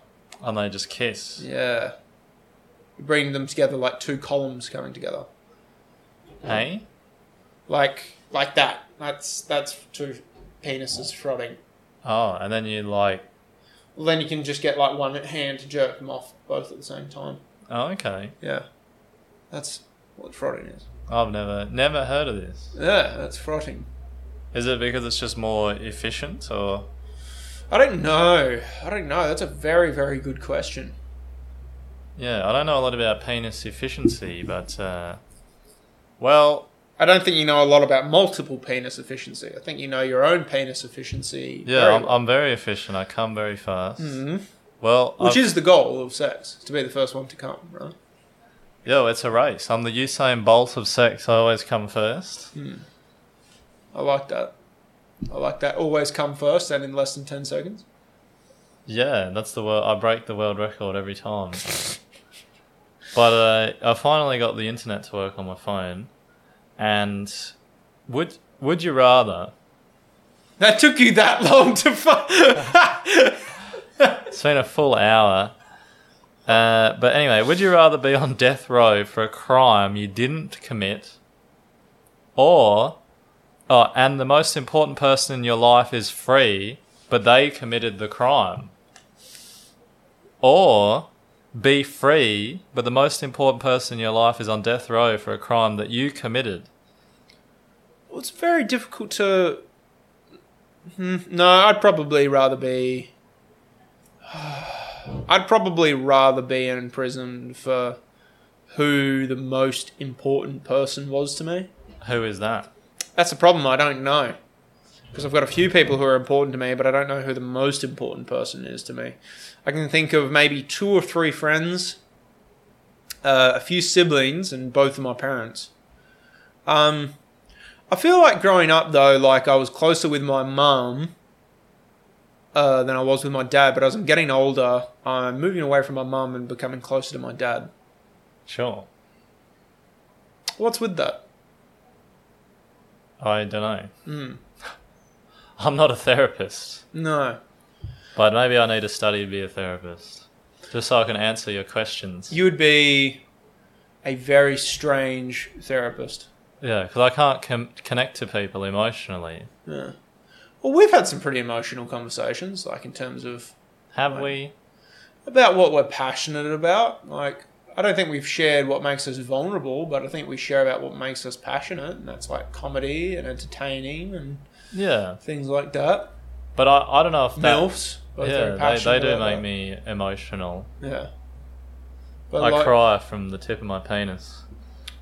And they just kiss.
yeah you bring them together like two columns coming together
Hey?
like like that. That's that's two penises frotting.
Oh, and then you like,
Well, then you can just get like one hand to jerk them off both at the same time.
oh, okay.
Yeah, that's what frotting is.
I've never, never heard of this.
Yeah, that's frotting.
Is it because it's just more efficient or?
I don't know. I don't know. That's a very very good question.
Yeah, I don't know a lot about penis efficiency, but, uh, well,
I don't think you know a lot about multiple penis efficiency. I think you know your own penis efficiency.
yeah, I'm, I'm very efficient. I come very fast.
hmm
Well,
Which
I've-
is the goal of sex, to be the first one to come, right?
Yo, it's a race. I'm the Usain Bolt of sex. I always come first.
I like that. I like that. Always come first and in less than 10 seconds.
Yeah, that's the world. I break the world record every time. but uh, I finally got the internet to work on my phone. And would would you rather
That took you that long to find.
It's been a full hour. Uh, but anyway, would you rather be on death row for a crime you didn't commit, or, oh, and the most important person in your life is free, but they committed the crime, or be free, but the most important person in your life is on death row for a crime that you committed?
well, it's very difficult to. Hmm, No, I'd probably rather be. I'd probably rather be in prison for who the most important person was to me.
Who is that?
That's the problem. I don't know. Because I've got a few people who are important to me, but I don't know who the most important person is to me. I can think of maybe two or three friends uh, a few siblings, and both of my parents. Um, I feel like growing up though, like I was closer with my mum uh, than I was with my dad. But as I'm getting older, I'm moving away from my mum and becoming closer to my dad.
Sure.
What's with that?
I don't know.
Mm.
I'm not a therapist,
No,
but maybe I need to study to be a therapist, just so I can answer your questions.
you would be a very strange therapist.
yeah, because I can't com- connect to people emotionally.
Yeah. Well, we've had some pretty emotional conversations, like in terms of
Have
Right.
we?
about what we're passionate about. Like, I don't think we've shared what makes us vulnerable, but I think we share about what makes us passionate, and that's like comedy and entertaining and
Yeah,
things like that.
but I, I don't know if that.
MILFs, both very
yeah, they,
passionate
they do
about
make me emotional.
that. Yeah. But
I
like,
cry from the tip of my penis.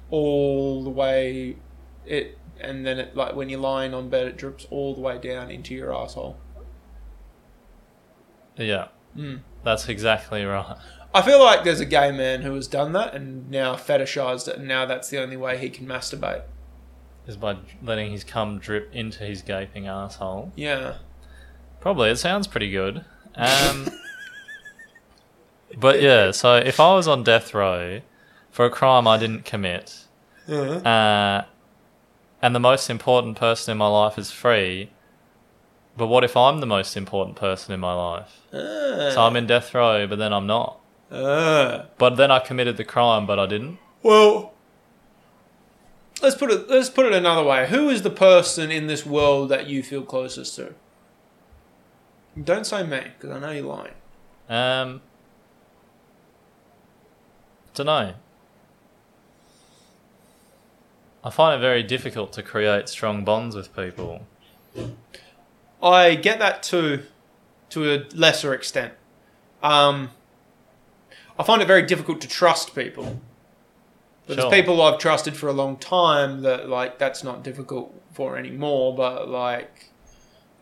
all the way, it and then it like when you're lying on bed, it drips all the way down into your asshole.
Yeah,
Mm.
that's exactly right.
I feel like there's a gay man who has done that and now fetishized it, and now that's the only way he can masturbate.
Is by letting his cum drip into his gaping asshole.
Yeah.
Probably. It sounds pretty good. Um, but yeah, so if I was on death row for a crime I didn't commit, uh, and the most important person in my life is free, but what if I'm the most important person in my life? So I'm in death row, but then I'm not.
Ah.
But then I committed the crime, but I didn't.
Well, let's put it let's put it another way. Who is the person in this world that you feel closest to? Don't say me, because I know you're lying.
Um, don't know. I find it very difficult to create strong bonds with people.
I get that too, to a lesser extent. Um, I find it very difficult to trust people. But
Sure.
there's people I've trusted for a long time that like that's not difficult for anymore. But like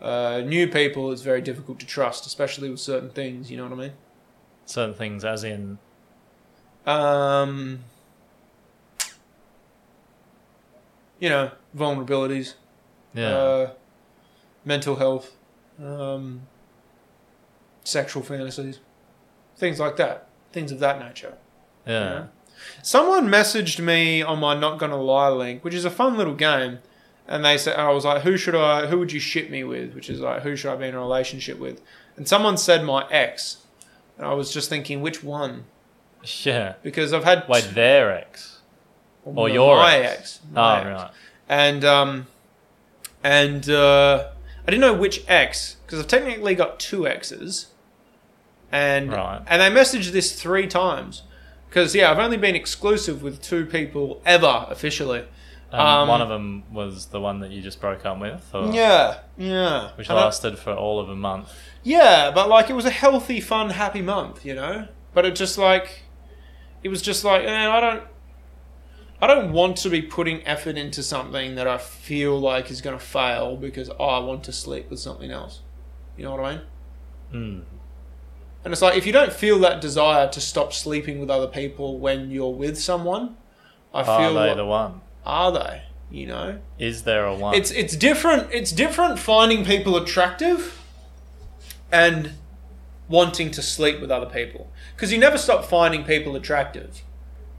uh, new people, it's very difficult to trust, especially with certain things. You know what I mean?
Certain things, as in,
um, you know, vulnerabilities,
yeah,
uh, mental health, um, sexual fantasies, things like that, things of that nature.
yeah,
Someone messaged me on my Not Gonna Lie link, which is a fun little game, and they said, and I was like, who should I, who would you ship me with? Which is like, who should I be in a relationship with? And someone said my ex, and I was just thinking, which one?
yeah.
Because I've had
Wait, their ex. Or
no,
your
my
ex. Oh,
My ex.
right.
And um, and uh, I didn't know which ex because I've technically got two exes. And
Right.
and they messaged this three times because yeah, I've only been exclusive with two people ever officially.
Um,
Um,
one of them was the one that you just broke up with, or,
Yeah, yeah.
which
And I-
lasted for all of a month.
Yeah, but like it was a healthy, fun, happy month, you know. But it just like, it was just like, eh, I don't, I don't want to be putting effort into something that I feel like is going to fail because oh, I want to sleep with something else. You know what I mean?
Mm.
And it's like if you don't feel that desire to stop sleeping with other people when you're with someone, I feel
Are they
like,
the one?
are they? You know,
Is there a one?
it's it's different. It's different finding people attractive and wanting to sleep with other people because you never stop finding people attractive.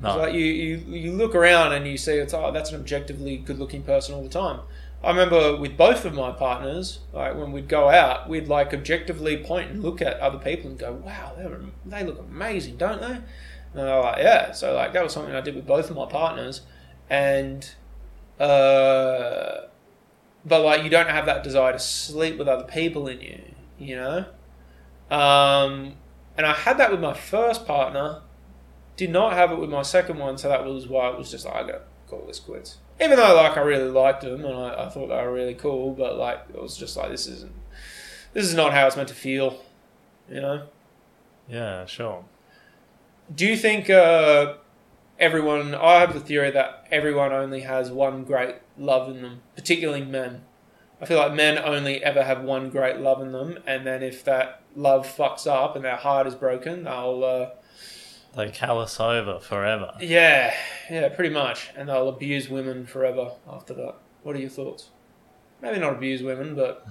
no.
It's like you, you you look around and you see it's oh that's an objectively good looking person all the time. I remember with both of my partners, like when we'd go out, we'd like objectively point and look at other people and go, "Wow, they're, am- they look amazing, don't they?" And they're like, "Yeah." So like that was something I did with both of my partners, and uh, but like you don't have that desire to sleep with other people in you, you know. Um, and I had that with my first partner. Did not have it with my second one, so that was why it was just like, I gotta call this quits. Even though like I really liked them and I, I thought they were really cool, but like it was just like this isn't this is not how it's meant to feel, you know.
yeah, sure.
Do you think uh, everyone? I have the theory that everyone only has one great love in them, particularly men. I feel like men only ever have one great love in them, and then if that love fucks up and their heart is broken, they'll uh,
They callous over forever.
Yeah, yeah, pretty much. And they'll abuse women forever after that. What are your thoughts? Maybe not abuse women, but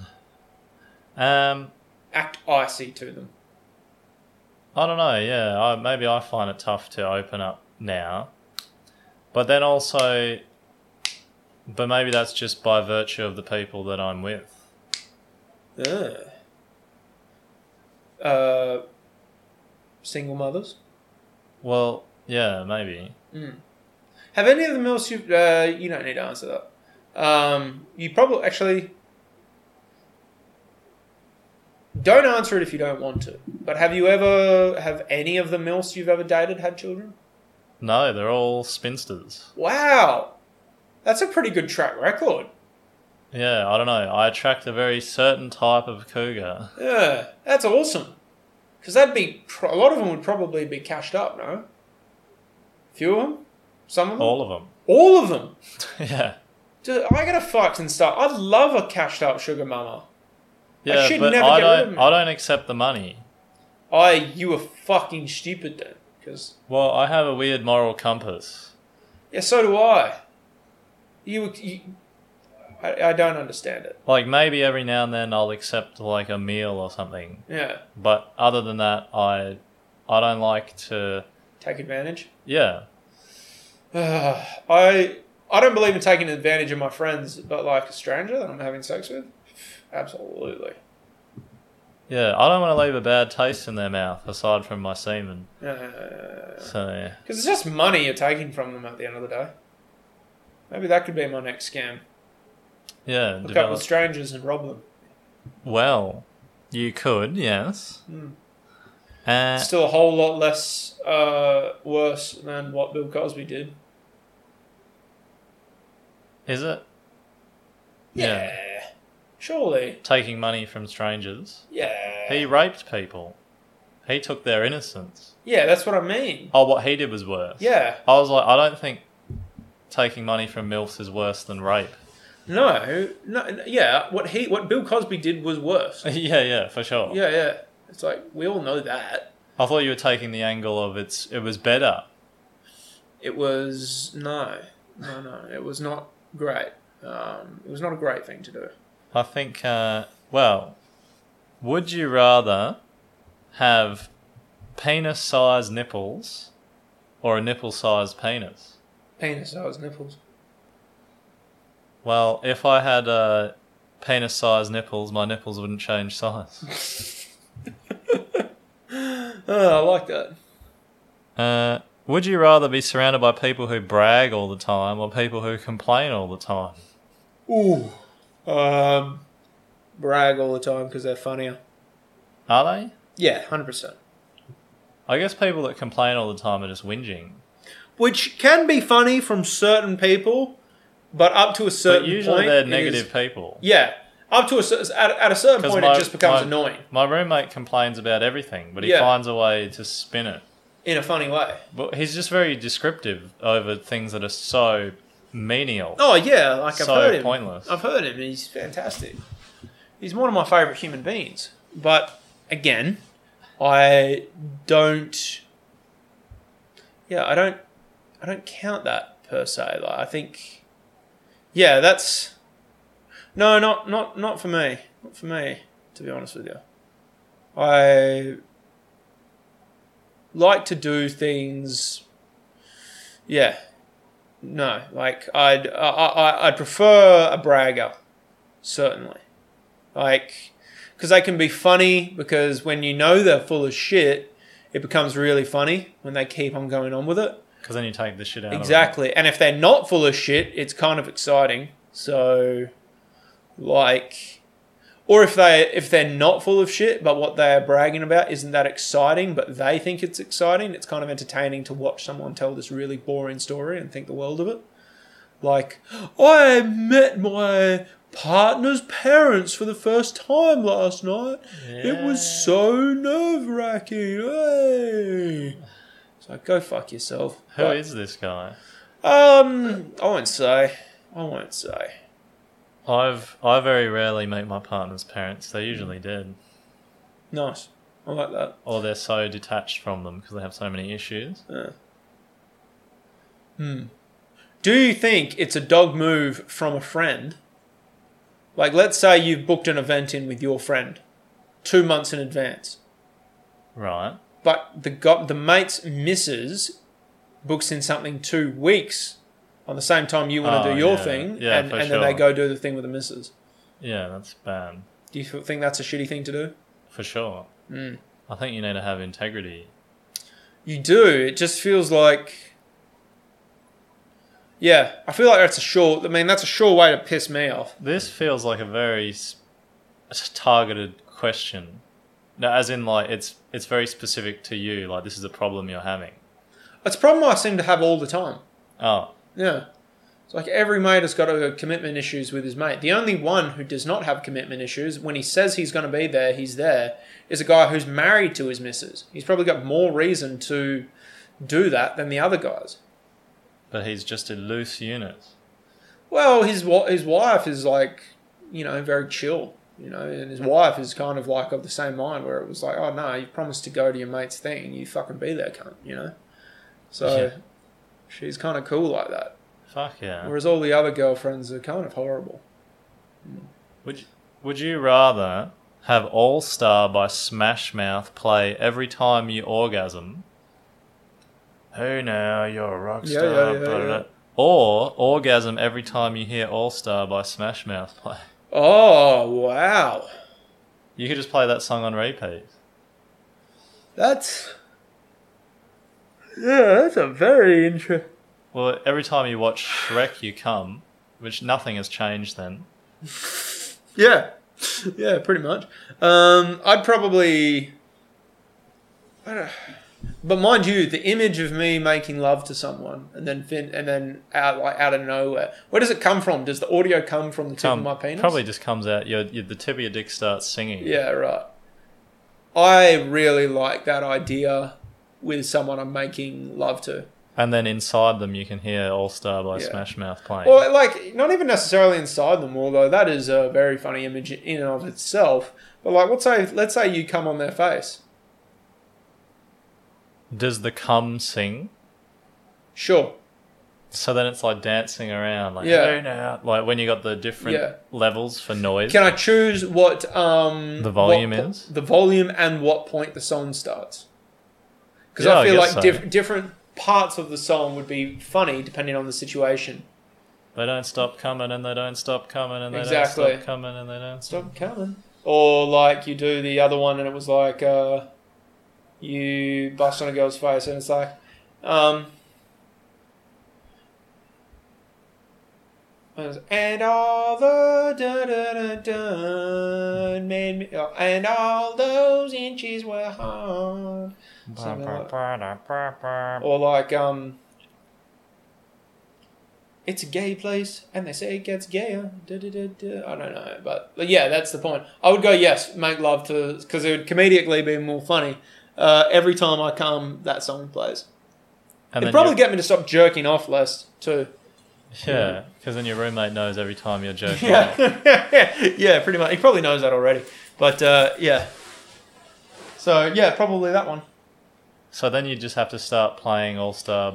Um,
act icy to them.
I don't know. Yeah, I, maybe I find it tough to open up now, but then also, but maybe that's just by virtue of the people that I'm with.
Ugh. Uh, single mothers. Hmm.
Well, yeah, maybe.
Have any of them else you uh, you don't need to answer that. Um, you probably actually don't answer it if you don't want to. But have you ever have any of the else you've ever dated had children?
No, they're all spinsters.
Wow, that's a pretty good track record.
Yeah, I don't know. I attract a very certain type of cougar.
Yeah, that's awesome. Because that'd be pro- a lot of them would probably be cashed up, no? Few of them, some of them, all,
All of
of them.
them. yeah.
Dude, I gotta fucked and stuff. I'd love a cashed up sugar mama.
Yeah,
should
but
never
I
get rid of
don't.
them.
I don't accept the money.
I, you were fucking stupid then. Because
Well, I have a weird moral compass.
yeah, so do I. You, you I, I don't understand it.
Like maybe every now and then I'll accept like a meal or something,
Yeah,
but other than that, I, I don't like to.
take advantage.
Yeah,
I, I don't believe in taking advantage of my friends, but like a stranger that I'm having sex with, absolutely.
yeah. I don't want to leave a bad taste in their mouth aside from my semen.
Uh,
So
Because it's just money you're taking from them at the end of the day. Maybe that could be my next scam.
yeah,
Hook up
develop.
with strangers and rob them.
Well, you could, yes.
Hmm.
Uh,
Still a whole lot less uh, worse than what Bill Cosby did.
is it?
Surely.
Taking money from strangers.
Yeah.
He raped people. He took their innocence.
yeah, that's what I mean.
Oh, what he did was worse.
Yeah.
I was like, I don't think taking money from milfs is worse than rape.
No. No. n- Yeah. What he, what Bill Cosby did was worse.
yeah, yeah, for sure.
Yeah. Yeah. It's like we all know that.
I thought you were taking the angle of it's it was better.
It was no, no, no. It was not great. Um, it was not a great thing to do.
I think. Uh, well, would you rather have penis-sized nipples or a nipple-sized penis?
Penis, I was nipples.
Well, if I had uh, penis-sized nipples, my nipples wouldn't change size.
Oh, I like that.
Uh, would you rather be surrounded by people who brag all the time or people who complain all the time?
Ooh. Um, brag all the time because they're funnier.
Are they?
Yeah, hundred percent.
I guess people that complain all the time are just whinging.
Which can be funny from certain people, but up to a
But
certain
usually
point,
they're
it
negative
is-
people.
yeah, up to a cer- at, at a certain
'Cause
point,
my-
it just becomes
my-
annoying
My roommate complains about everything, but he
Yeah.
finds a way to spin it.
in a funny way.
But he's just very descriptive over things that are so menial.
Oh yeah, like I've
So
heard him.
pointless.
I've heard him. He's fantastic. He's one of my favorite human beings. But again, I don't. Yeah, I don't. I don't count that per se. Like I think. Yeah, that's. No, not not not for me. Not for me. To be honest with you, I like to do things. Yeah, no, like I'd I, I I'd prefer a bragger, certainly, like because they can be funny because when you know they're full of shit, it becomes really funny when they keep on going on with it.
Because then you take the shit out of
Exactly, and if they're not full of shit, it's kind of exciting. So, like, or if they if they're not full of shit, but what they're bragging about isn't that exciting, but they think it's exciting, it's kind of entertaining to watch someone tell this really boring story and think the world of it. Like, I met my partner's parents for the first time last night. It was so nerve wracking. Hey. It's like, go fuck yourself.
it. Who
But-
is this guy?
um, I won't say. I won't say.
I've I very rarely meet my partner's parents. They usually did.
Nice. I like that.
or they're so detached from them because they have so many issues.
Hmm. Do you think it's a dog move from a friend? Like, let's say you've booked an event in with your friend two months in advance,
Right.
but the go- the mate's missus books in something two weeks on the same time you want to
Oh,
do your
yeah.
thing,
Yeah,
and,
for
and then they
sure.
go do the thing with the missus.
Yeah, that's bad.
Do you think that's a shitty thing to do?
For sure.
Hmm.
I think you need to have integrity.
You do. It just feels like. Yeah, I feel like that's a sure. I mean, that's a sure way to piss me off.
This feels like a very s- s- targeted question. No, as in like it's it's very specific to you. Like this is a problem you're having.
It's a problem I seem to have all the time.
Oh,
Yeah. It's like every mate has got a commitment issues with his mate. The only one who does not have commitment issues, when he says he's going to be there, he's there, is a guy who's married to his missus. He's probably got more reason to do that than the other guys.
but he's just a loose unit.
Well, his wa- his wife is like, you know, very chill, you know, and his wife is kind of like of the same mind where it was like, oh no, you promised to go to your mate's thing, you fucking be there, cunt, you know. So
Yeah.
she's kind of cool like that,
Fuck yeah.
whereas all the other girlfriends are kind of horrible.
Would you, would you rather have All Star by Smash Mouth play every time you orgasm? Hey now, you're a rock
Yeah,
star.
yeah, yeah,
blah, blah,
yeah.
blah. Or orgasm every time you hear All Star by Smash Mouth play.
Oh wow,
You could just play that song on repeat.
that's yeah, that's a very interesting.
Well, every time you watch Shrek, you come, which nothing has changed then.
Yeah, yeah, pretty much. Um, I'd probably. I don't, but mind you, the image of me making love to someone and then fin- and then out like out of nowhere. Where does it come from? Does the audio come from the tip
Come,
of my penis?
um, Probably just comes out. Your, your, the tip of your dick starts singing.
Yeah, right. I really like that idea with someone I'm making love to.
And then inside them, you can hear All Star by
Yeah.
Smash Mouth playing.
Or like not even necessarily inside them, although that is a very funny image in and of itself. But like, let's say let's say you come on their face.
Does the cum sing?
Sure.
So then it's like dancing around, like
Yeah.
"Hey now," like when you got the different
Yeah.
levels for noise.
Can I choose what um
The volume
what po-
is?
the volume and what point the song starts? Because
Yeah,
I
I
feel like
guess so.
diff- different parts of the song would be funny depending on the situation.
they don't stop coming, and they don't stop coming, and they
Exactly.
don't stop coming, and they don't stop.
Stop coming. Or like you do the other one and it was like uh, you bust on a girl's face and it's like um, and all the dun dun dun dun made me, oh, and all those inches were hard. Something like Or like um, it's a gay place, and they say it gets gayer. Da, da, da, da. I don't know, but, but yeah, that's the point. I would go yes, make love to because it would comedically be more funny. Uh, every time I come, that song plays.
And
It'd
then
probably
your-
get me to stop jerking off less too.
yeah, because then your roommate knows every time you're joking.
Yeah, yeah, pretty much. He probably knows that already, but uh, yeah. So yeah, probably that one.
So then you just have to start playing All Star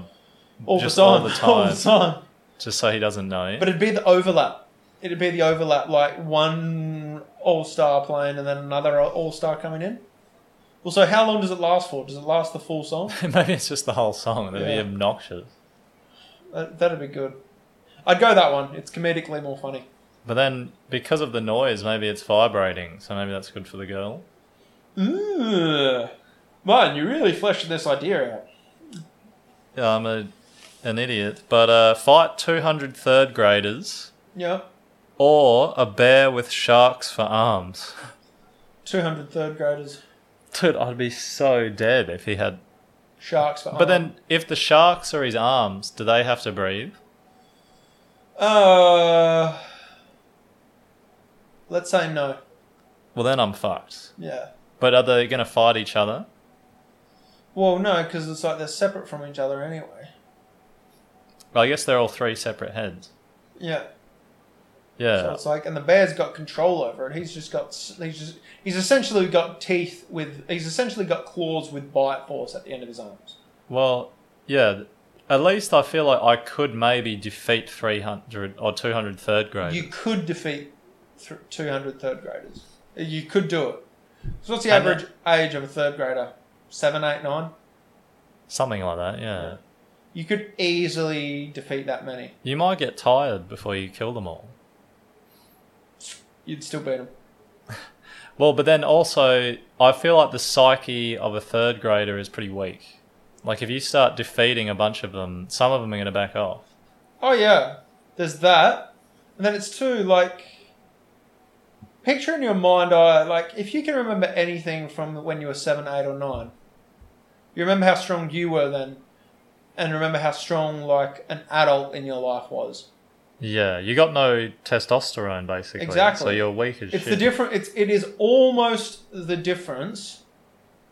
All
Just
the time.
all the
All the time.
just so he doesn't know.
But it'd be the overlap. It'd be the overlap, like one all star playing and then another all star coming in. Well, so how long does it last for? Does it last the full song?
Maybe it's just the whole song. That'd
Yeah.
be obnoxious.
That, that'd be good. I'd go that one. It's comedically more funny.
But then because of the noise, maybe it's vibrating. So maybe that's good for the girl.
Ugh. Man, you're really fleshing this idea out.
Yeah, I'm a, an idiot. But uh, fight 200 third graders
Yeah.
or a bear with sharks for arms.
200 third graders,
Dude, I'd be so dead if he had.
sharks. For
But then, if the sharks are his arms, do they have to breathe?
Uh. Let's say no.
Well, then I'm fucked.
Yeah.
But are they going to fight each other?
Well, no, because it's like they're separate from each other anyway.
Well, I guess they're all three separate heads.
Yeah. So
Yeah.
it's like, and the bear's got control over it. He's just got, s- he's just, he's essentially got teeth with, he's essentially got claws with bite force at the end of his arms.
Well, yeah. At least I feel like I could maybe defeat 300 or 200 third grade.
You could defeat th- 200 third graders. You could do it. So what's the
And
average age of a third grader? Seven, eight, nine.
Something like that, yeah.
You could easily defeat that many.
You might get tired before you kill them all.
You'd still beat them.
Well, but then also, I feel like the psyche of a third grader is pretty weak. Like, if you start defeating a bunch of them, some of them are going to back off.
Oh yeah, there's that, and then it's too like. Picture in your mind, I like if you can remember anything from when you were seven, eight, or nine. You remember how strong you were then, and remember how strong like an adult in your life was.
Yeah, you got no testosterone, basically.
Exactly.
So you're weak as
It's the
shit.
different. It's it is almost the difference.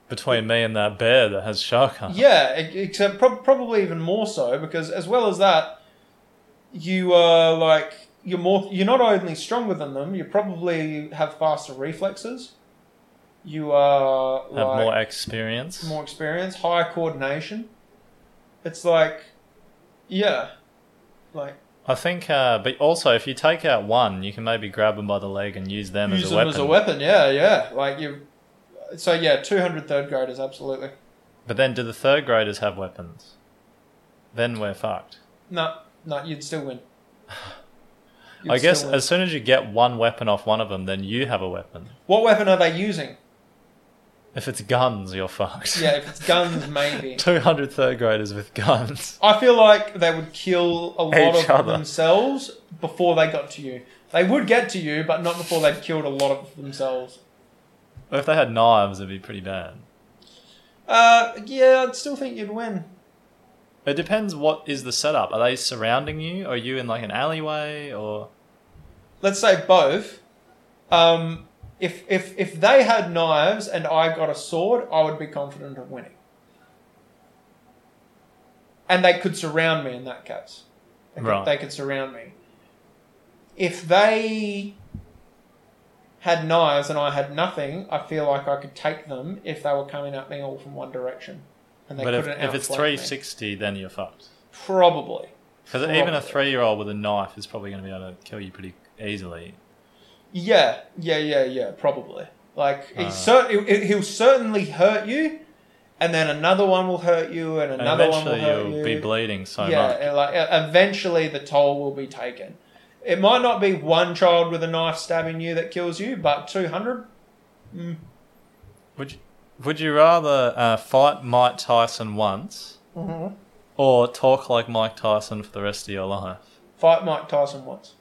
Between me and that bear that has shark arms.
Yeah, e- except prob probably even more so because as well as that, you are like you're more. You're not only stronger than them. You probably have faster reflexes. You are
Have
like,
more experience.
more experience, higher coordination. It's like, yeah, like
I think, uh, but also if you take out one, you can maybe grab them by the leg and use them,
use
as, a
them
weapon.
as a weapon. Yeah, yeah. Like you. So yeah, two hundred third graders absolutely.
But then, do the third graders have weapons? Then we're fucked.
No, no, you'd still win. You'd
I guess
still win.
as soon as you get one weapon off one of them, then you have a weapon.
what weapon are they using?
If it's guns, you're fucked.
Yeah, if it's guns, maybe.
200 third graders with guns.
I feel like they would kill a lot
Each
of
other.
themselves before they got to you. They would get to you, but not before they'd killed a lot of themselves.
If they had knives, it'd be pretty bad.
Uh, yeah, I'd still think you'd win.
It depends what is the setup. Are they surrounding you? Are you in like an alleyway? Or
Let's say both. Um, if if if they had knives and I got a sword, I would be confident of winning. And they could surround me in that case. They could,
Right.
they could surround me. If they had knives and I had nothing, I feel like I could take them if they were coming at me all from one direction. And they
but if,
couldn't
if it's
outflank me.
360, then you're fucked.
probably.
Because even a
Probably.
three-year-old with a knife is probably going to be able to kill you pretty easily.
Yeah, yeah, yeah, yeah, probably. Like he
Uh.
cer- he- he'll certainly hurt you, and then another one will hurt you, and
And
another one will
eventually
hurt
you'll
you.
be bleeding so
yeah,
much.
and like e- eventually the toll will be taken. It might not be one child with a knife stabbing you that kills you, but two hundred.
Would you, would you rather uh, fight Mike Tyson once
Mm-hmm.
or talk like Mike Tyson for the rest of your life?
Fight Mike Tyson once,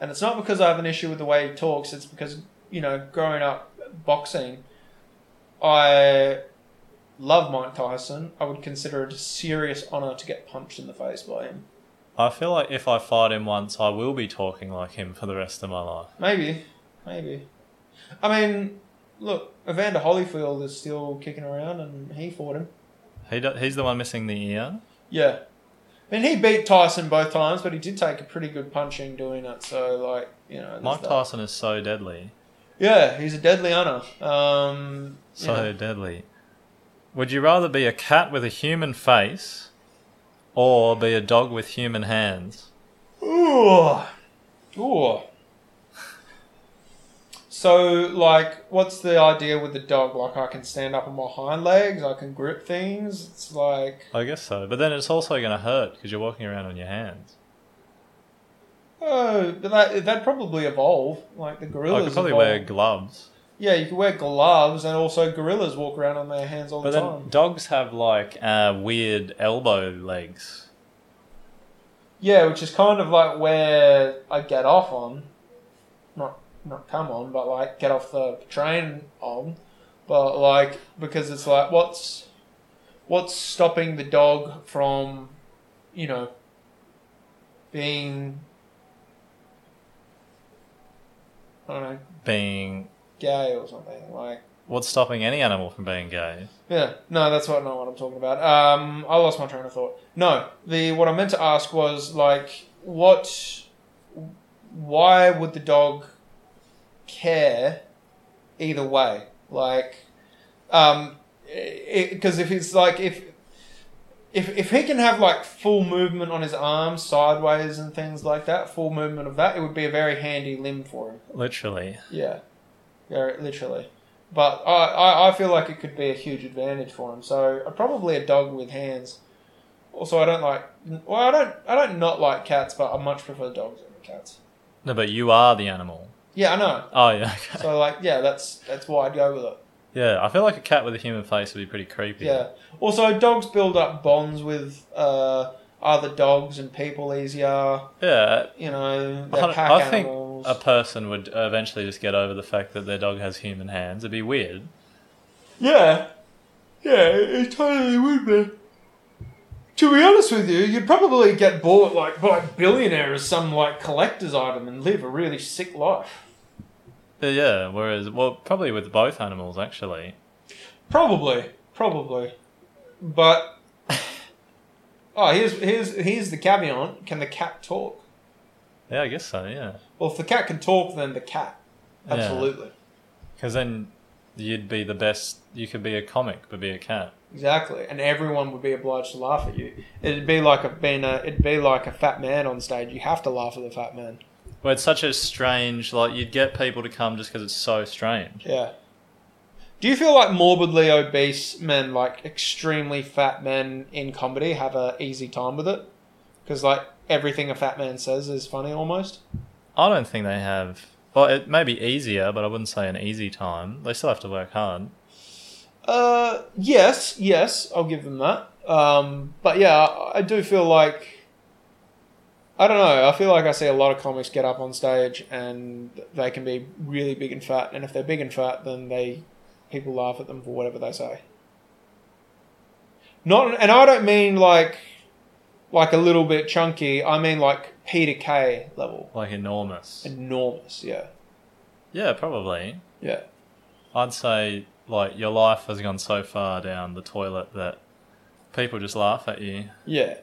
and it's not because I have an issue with the way he talks. It's because you know, growing up boxing, I love Mike Tyson. I would consider it a serious honor to get punched in the face by him.
I feel like if I fight him once, I will be talking like him for the rest of my life.
Maybe, maybe. I mean, look, Evander Holyfield is still kicking around, and he fought him.
He do, he's the one missing the ear.
Yeah, I mean, he beat Tyson both times, but he did take a pretty good punching doing it. So, like, you know, there's
Mike
that.
Tyson is so deadly,
Yeah, he's a deadly honor. Um, you
so
know.
deadly. Would you rather be a cat with a human face or be a dog with human hands?
Ooh. Ooh. So, like, what's the idea with the dog? Like, I can stand up on my hind legs, I can grip things. It's like,
I guess so, but then it's also going to hurt because you're walking around on your hands.
oh, but that, that'd probably evolve. Like, the gorillas.
I could probably
evolve.
wear gloves.
Yeah, you can wear gloves, and also gorillas walk around on their hands all
But
the
then
time.
dogs have like uh, weird elbow legs.
Yeah, which is kind of like where I get off on, not not come on, but like get off the train on, but like because it's like what's what's stopping the dog from, you know, being I don't know
Being
gay or something like
what's stopping any animal from being gay?
yeah no that's what not what I'm talking about um I lost my train of thought no the what I meant to ask was like what why would the dog care either way? Like, um, because if it's like if if if he can have like full movement on his arms sideways and things like that, full movement of that, it would be a very handy limb for him.
Literally.
Yeah, yeah, literally. But I, I, I feel like it could be a huge advantage for him. So uh, probably a dog with hands. Also, I don't like. Well, I don't. I don't not like cats, but I much prefer dogs over cats.
No, but you are the animal.
Yeah, I know.
Oh yeah. Okay.
So like, yeah, that's that's why I'd go with it.
Yeah, I feel like a cat with a human face would be pretty creepy.
Yeah. Also, dogs build up bonds with uh, other dogs and people easier.
Yeah.
You know,
I,
they're
don't-
pack
I think
animals.
a person would eventually just get over the fact that their dog has human hands. It'd be weird.
Yeah. Yeah, it, it totally would be. To be honest with you, you'd probably get bought like by a billionaire as some like collector's item and live a really sick life.
But yeah. Whereas, well, probably with both animals actually.
Probably, probably, but oh, here's here's here's the caveat: Can the cat talk?
Yeah, I guess so. Yeah.
Well, if the cat can talk, then the cat.
Yeah.
Absolutely,
Because then you'd be the best. You could be a comic, but be a cat.
exactly, and everyone would be obliged to laugh at you. It'd be like a being a it'd be like a fat man on stage. You have to laugh at the fat man.
Well, it's such a strange. Like you'd get people to come just because it's so strange.
Yeah. Do you feel like morbidly obese men, like extremely fat men in comedy, have a easy time with it? Because like everything a fat man says is funny almost.
I don't think they have. Well, it may be easier, but I wouldn't say an easy time. They still have to work hard.
Uh, yes, yes, I'll give them that. Um, but yeah, I- I do feel like I don't know. I feel like I see a lot of comics get up on stage and they can be really big and fat, and if they're big and fat, then they people laugh at them for whatever they say. Not, and I don't mean like like a little bit chunky. I mean like Peter Kay level,
Like enormous.
enormous. Yeah,
Yeah, probably.
yeah.
I'd say like your life has gone so far down the toilet that people just laugh at you.
Yeah.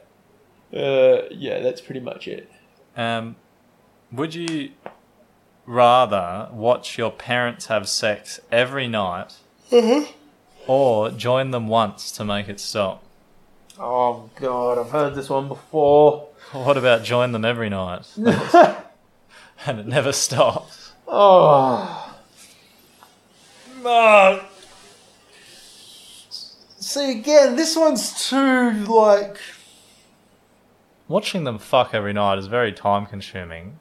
Uh, yeah, that's pretty much it.
Um, would you rather watch your parents have sex every night, or join them once to make it stop?
Oh god, I've heard this one before.
Or What about join them every night and it never stops?
Oh. No. See again, this one's too like
Watching them fuck every night is very time consuming.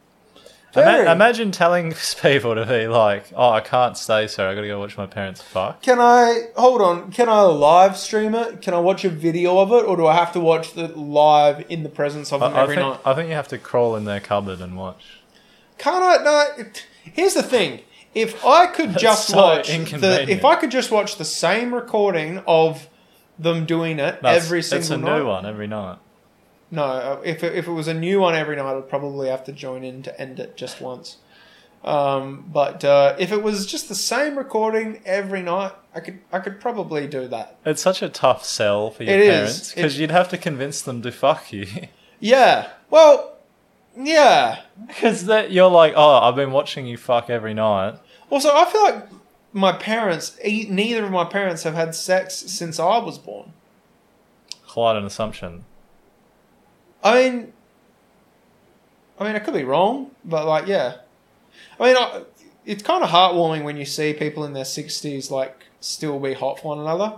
Very.
Ima- imagine telling people to be like, "Oh, I can't stay, so I got to go watch my parents fuck."
Can I hold on, can I live stream it? Can I watch a video of it or do I have to watch the live in the presence of them
I, I
every
think,
night?
I think you have to crawl in their cupboard and watch.
Can't I no it- here's the thing. If I could just
so
watch the,
inconvenient.
if I could just watch the same recording of them doing it
That's,
every single
It's a
night.
new one every night.
No, uh, if it, if it was a new one every night, I'd probably have to join in to end it just once. Um, but uh, if it was just the same recording every night, I could I could probably do that.
It's such a tough sell for your
It is.
parents because
It-
you'd have to convince them to fuck you.
Yeah. Well, yeah.
Because that you're like, oh, I've been watching you fuck every night.
Also, I feel like my parents, e- neither of my parents have had sex since I was born.
Quite an assumption.
I mean, I mean, I could be wrong, but like, yeah. I mean, I, it's kind of heartwarming when you see people in their sixties like still be hot for one another.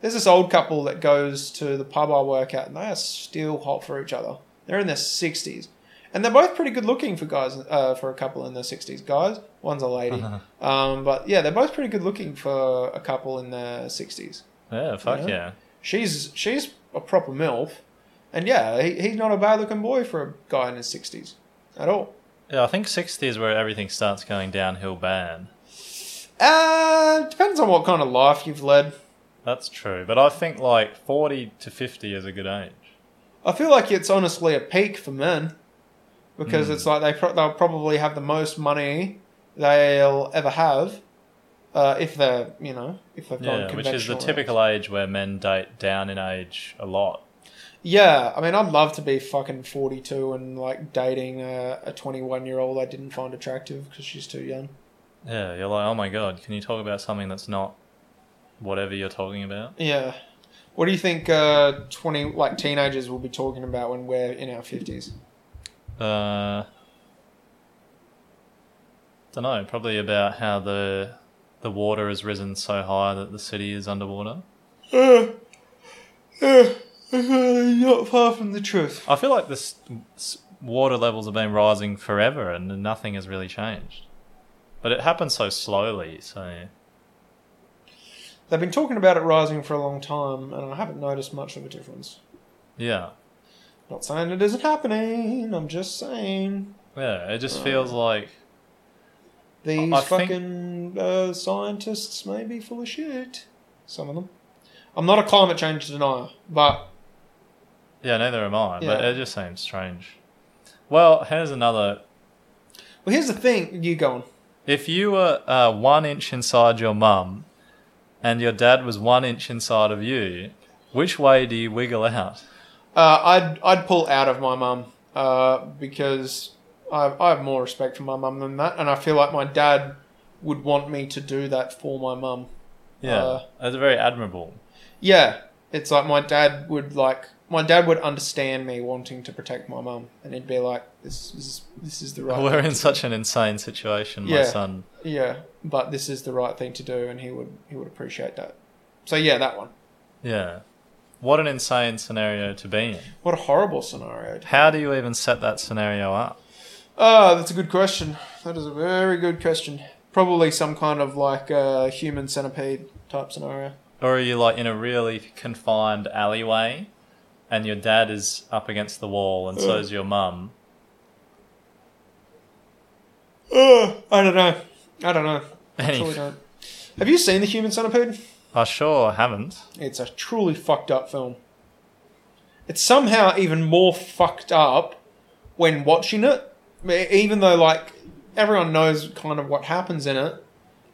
There's this old couple that goes to the pub I work at, and they are still hot for each other. They're in their sixties, and they're both pretty good looking for guys. Uh, for a couple in their sixties, guys. One's a lady, um, but yeah, they're both pretty good looking for a couple in their sixties.
Yeah, fuck
Yeah.
yeah.
She's she's a proper MILF. And yeah, he, he's not a bad looking boy for a guy in his 60s at all.
Yeah, I think 60 is where everything starts going downhill bad.
Uh, depends on what kind of life you've led.
That's true. But I think like 40 to 50 is a good age.
I feel like it's honestly a peak for men because it's like they pro- they'll probably have the most money they'll ever have uh, if they're, you know, if they've gone
Yeah, which is the
conventional
typical age where men date down in age a lot.
Yeah, I mean, I'd love to be fucking 42 and like dating a, a 21 year old I didn't find attractive because she's too young.
Yeah, you're like, oh my god, can you talk about something that's not whatever you're talking about?
Yeah. What do you think uh, 20 like teenagers will be talking about when we're in our 50s?
Uh, don't know. Probably about how the the water has risen so high that the city is underwater.
Uh, not far from the truth.
I feel like this s- water levels have been rising forever and nothing has really changed. But it happened so slowly, so
They've been talking about it rising for a long time, and I haven't noticed much of a difference.
yeah.
Not saying it isn't happening. I'm just saying
Yeah, it just feels like
these
I think-
fucking uh, scientists may be full of shit. Some of them. I'm not a climate change denier, but
yeah, neither am I, but
Yeah.
it just seems strange. Well, here's another
well, here's the thing. You go on.
If you were uh, one inch inside your mum and your dad was one inch inside of you, which way do you wiggle out?
Uh, I'd I'd pull out of my mum uh, because I have, I have more respect for my mum than that, and I feel like my dad would want me to do that for my mum.
Yeah,
Uh,
that's very admirable.
Yeah, it's like my dad would like my dad would understand me wanting to protect my mum, and he'd be like, "This is this is the right."
We're
thing
in
to
such an insane situation, my
Yeah.
son.
do." Yeah, but this is the right thing to do, and he would he would appreciate that. So yeah, that one.
Yeah. What an insane scenario to be in.
What a horrible scenario.
How do you even set that scenario up?
Ah, that's a good question. That is a very good question. Probably some kind of like uh, human centipede type scenario.
Or are you like in a really confined alleyway and your dad is up against the wall and so is your mum?
Ugh, I don't know. I don't know. I truly
Any-
don't. Have you seen the Human Centipede?
I sure haven't.
It's a truly fucked up film. It's somehow even more fucked up when watching it, E- even though like everyone knows kind of what happens in it.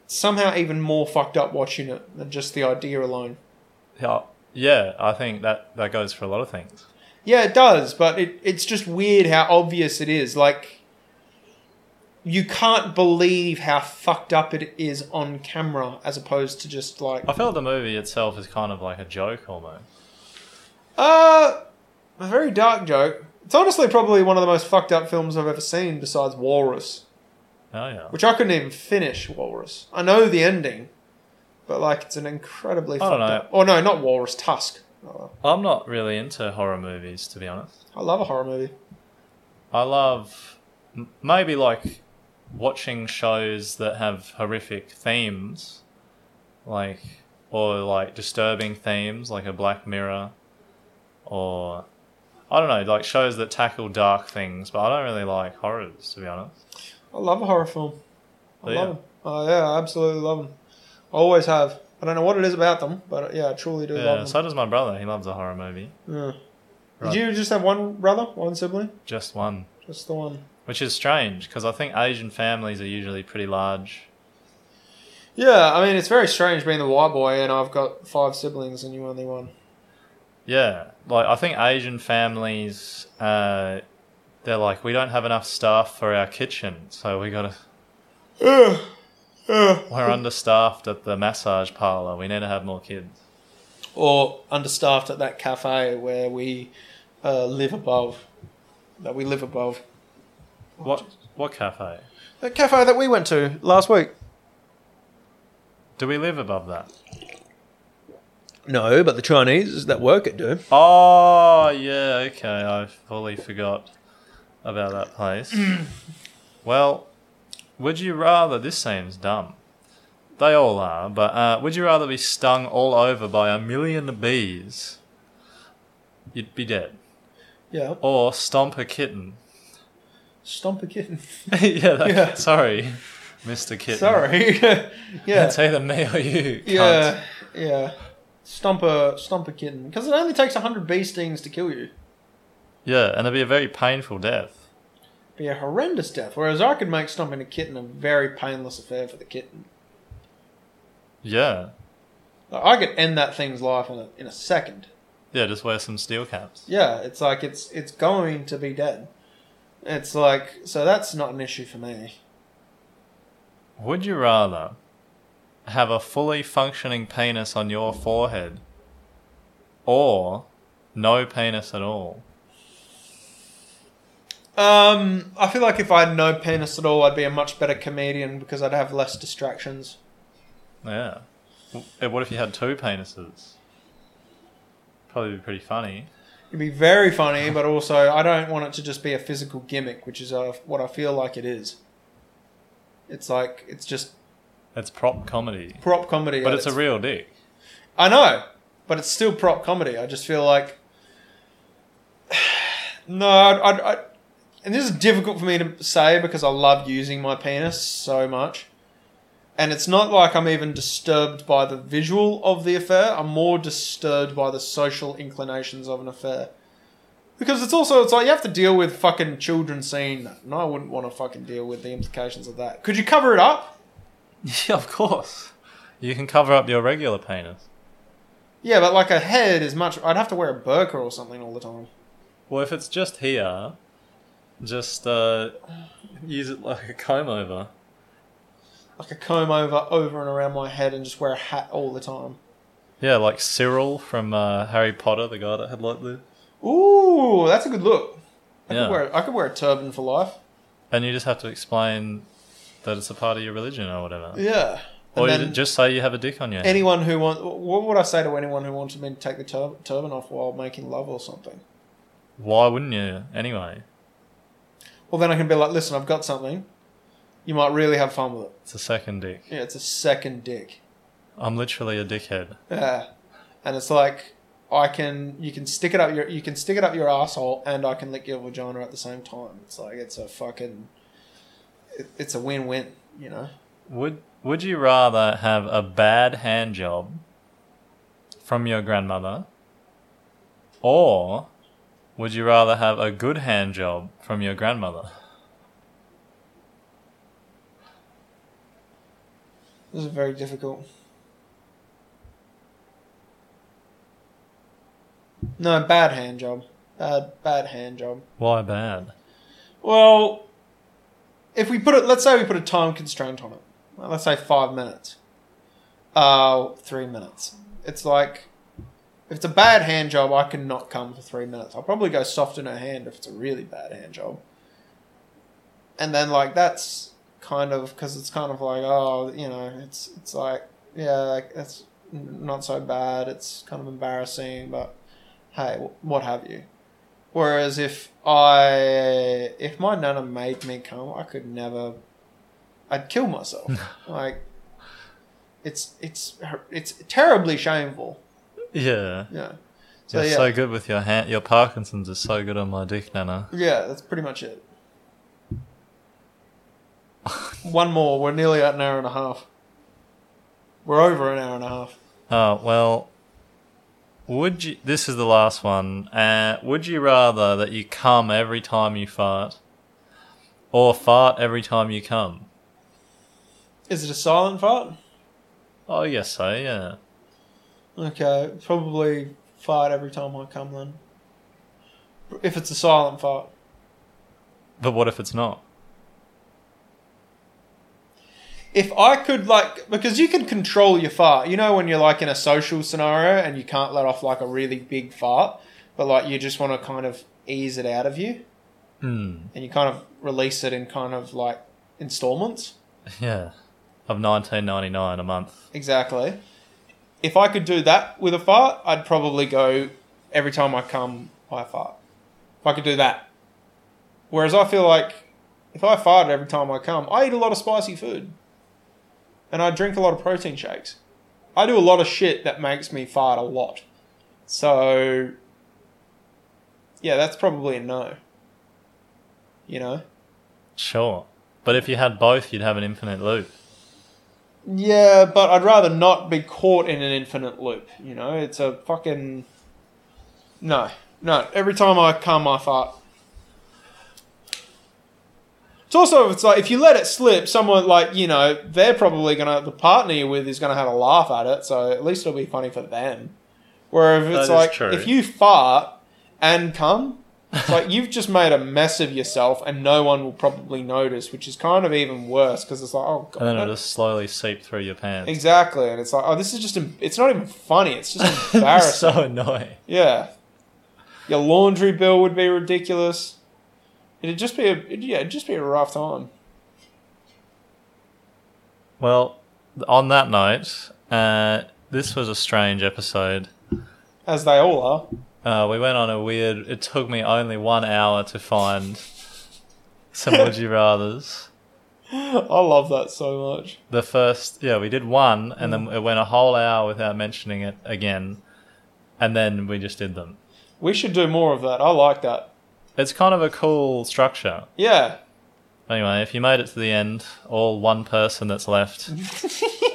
Somehow even more fucked up watching it than just the idea alone.
Yeah, yeah I think that, that goes for a lot of things.
Yeah, it does, but it, it's just weird how obvious it is. Like, you can't believe how fucked up it is on camera as opposed to just like.
I felt the movie itself is kind of like a joke almost.
Uh, a very dark joke. It's honestly probably one of the most fucked up films I've ever seen besides Walrus,
Oh yeah.
which I couldn't even finish Walrus. I know the ending, but like, it's an incredibly
I
fucked
don't know.
up. Or no, not Walrus, Tusk. Oh,
I'm not really into horror movies to be honest.
I love a horror movie.
I love m- maybe like watching shows that have horrific themes like or like disturbing themes like a black mirror or I don't know, like shows that tackle dark things, but I don't really like horrors to be honest.
I love a horror film. I
Oh,
love
yeah.
them. Oh yeah, I absolutely love them. I always have. I don't know what it is about them, but yeah, I truly do
Yeah,
love them.
so does my brother. He loves a horror movie.
Yeah.
Right.
Did you just have one brother, one sibling,
Just one.
just the one?
Which is strange because I think Asian families are usually pretty large.
Yeah, I mean it's very strange being the white boy, and I've got five siblings, and you only one.
Yeah, like I think Asian families, uh, they're like, we don't have enough staff for our kitchen, so we gotta. We're understaffed at the massage parlor. We need to have more kids.
Or understaffed at that cafe where we uh, live above. That we live above.
What what cafe?
That cafe that we went to last week.
Do we live above that?
No, but the Chinese that work it do.
Oh yeah, okay. I fully forgot about that place. well, would you rather? This seems dumb. They all are, but uh, would you rather be stung all over by a million bees? You'd be dead.
Yeah.
Or stomp a kitten.
Stomp a kitten.
yeah, that,
Yeah.
Sorry, Mr. Kitten.
Sorry. yeah.
It's either me or you. Cunt.
Yeah, yeah. Stomp a stomp a kitten because it only takes hundred bee stings to kill you.
Yeah, and it'd be a very painful death.
Be a horrendous death. Whereas I could make stomping a kitten a very painless affair for the kitten.
Yeah.
Like, I could end that thing's life in a, in a second.
Yeah, just wear some steel caps.
Yeah, it's like it's it's going to be dead. It's like so that's not an issue for me.
Would you rather have a fully functioning penis on your forehead or no penis at all?
Um, I feel like if I had no penis at all, I'd be a much better comedian because I'd have less distractions.
Yeah. W- eh, What if you had two penises? Probably be pretty funny.
It'd be very funny, but also I don't want it to just be a physical gimmick, which is uh, what I feel like it is. It's like it's just
It's prop comedy,
prop comedy.
but
at
it's a
its-
real dick.
I know, but it's still prop comedy. I just feel like no, I'd, I'd, i and this is difficult for me to say because I love using my penis so much, and it's not like I'm even disturbed by the visual of the affair. I'm more disturbed by the social inclinations of an affair. Because it's also it's like you have to deal with fucking children seeing that, and I wouldn't want to fucking deal with the implications of that. Could you cover it up?
Yeah, of course. You can cover up your regular penis.
Yeah, but like a head is much. I'd have to wear a burqa or something all the time.
Well, if it's just here, just uh, use it like a comb over.
like a comb over over and around my head and just wear a hat all the time.
Yeah, like Cyril from uh, Harry Potter, the guy that had like the.
Ooh, that's a good look. I
Yeah.
could wear I could wear a turban for life.
And you just have to explain that it's a part of your religion or whatever.
Yeah.
or
And
you
then
ju- just say you have a dick on your head.
anyone who wants what would I say to anyone who wanted me to take the tur- turban off while making love or something?
Why wouldn't you anyway?
Well, then I can be like, "Listen, I've got something. You might really have fun with it."
It's a second dick.
Yeah, it's a second dick.
I'm literally a dickhead.
Yeah. And it's like I can you can stick it up your you can stick it up your asshole and I can lick your vagina at the same time. It's like it's a fucking it, it's a win-win, you know.
Would Would you rather have a bad hand job from your grandmother, or would you rather have a good hand job from your grandmother?
This is very difficult. No, bad hand job. Bad bad hand job.
Why bad?
Well, if we put it, let's say we put a time constraint on it. Well, let's say five minutes. Uh, three minutes. It's like, if it's a bad hand job, I can not come for three minutes. I'll probably go soft in her hand if it's a really bad hand job. And then, like, that's kind of, because it's kind of like, oh, you know, it's, it's like, yeah, like, that's n- not so bad. It's kind of embarrassing, but hey, wh- what have you. Whereas if I, if my nana made me come, I could never. I'd kill myself. like, it's it's it's terribly shameful.
Yeah.
Yeah. So
You're
yeah,
so good with your hand. Your Parkinson's is so good on my dick, Nana.
yeah, that's pretty much it.
Uh,
One more. We're nearly at an hour and a half. We're over an hour and a half.
Oh well. Would you? This is the last one. Uh, would you rather that you cum every time you fart, or fart every time you cum?
Is it a silent fart?
Oh yes, so yeah.
Okay, probably fart every time I come then. If it's a silent fart.
But what if it's not?
if I could like because you can control your fart. You know when you're like in a social scenario and you can't let off like a really big fart, but like you just want to kind of ease it out of you
Hmm.
and you kind of release it in kind of like installments.
Yeah. Of nineteen ninety nine a month.
Exactly. If I could do that with a fart, I'd probably go every time I come, I fart. If I could do that. Whereas I feel like if I farted every time I come, I eat a lot of spicy food. And I drink a lot of protein shakes. I do a lot of shit that makes me fart a lot. So, yeah, that's probably a no. You know?
Sure. But if you had both, you'd have an infinite loop.
Yeah, but I'd rather not be caught in an infinite loop. You know, it's a fucking no, no. Every time I come, I fart. It's also it's like if you let it slip, someone like you know they're probably gonna the partner you're with is gonna have a laugh at it, so at least it'll be funny for them. Where if it's
is
like
true.
if you fart and come, it's like you've just made a mess of yourself, and no one will probably notice, which is kind of even worse because it's like oh god.
And then
that-
it'll just slowly seep through your pants.
Exactly, and it's like, oh, this is just, em- it's not even funny, it's just embarrassing.
so annoying.
Yeah. Your laundry bill would be ridiculous. It'd just be a it'd- yeah, it'd just be a rough time.
Well, on that note, uh, this was a strange episode.
As they all are.
Uh, we went on a weird. It took me only one hour to find some would you rather's.
I love that so much.
The first, yeah, we did one, and then it went a whole hour without mentioning it again, and then we just did them.
We should do more of that. I like that.
It's kind of a cool structure.
Yeah.
Anyway, if you made it to the end, all one person that's left,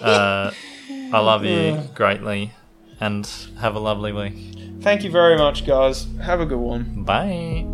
uh, I love you greatly, and have a lovely week.
Thank you very much, guys. Have a good one.
Bye.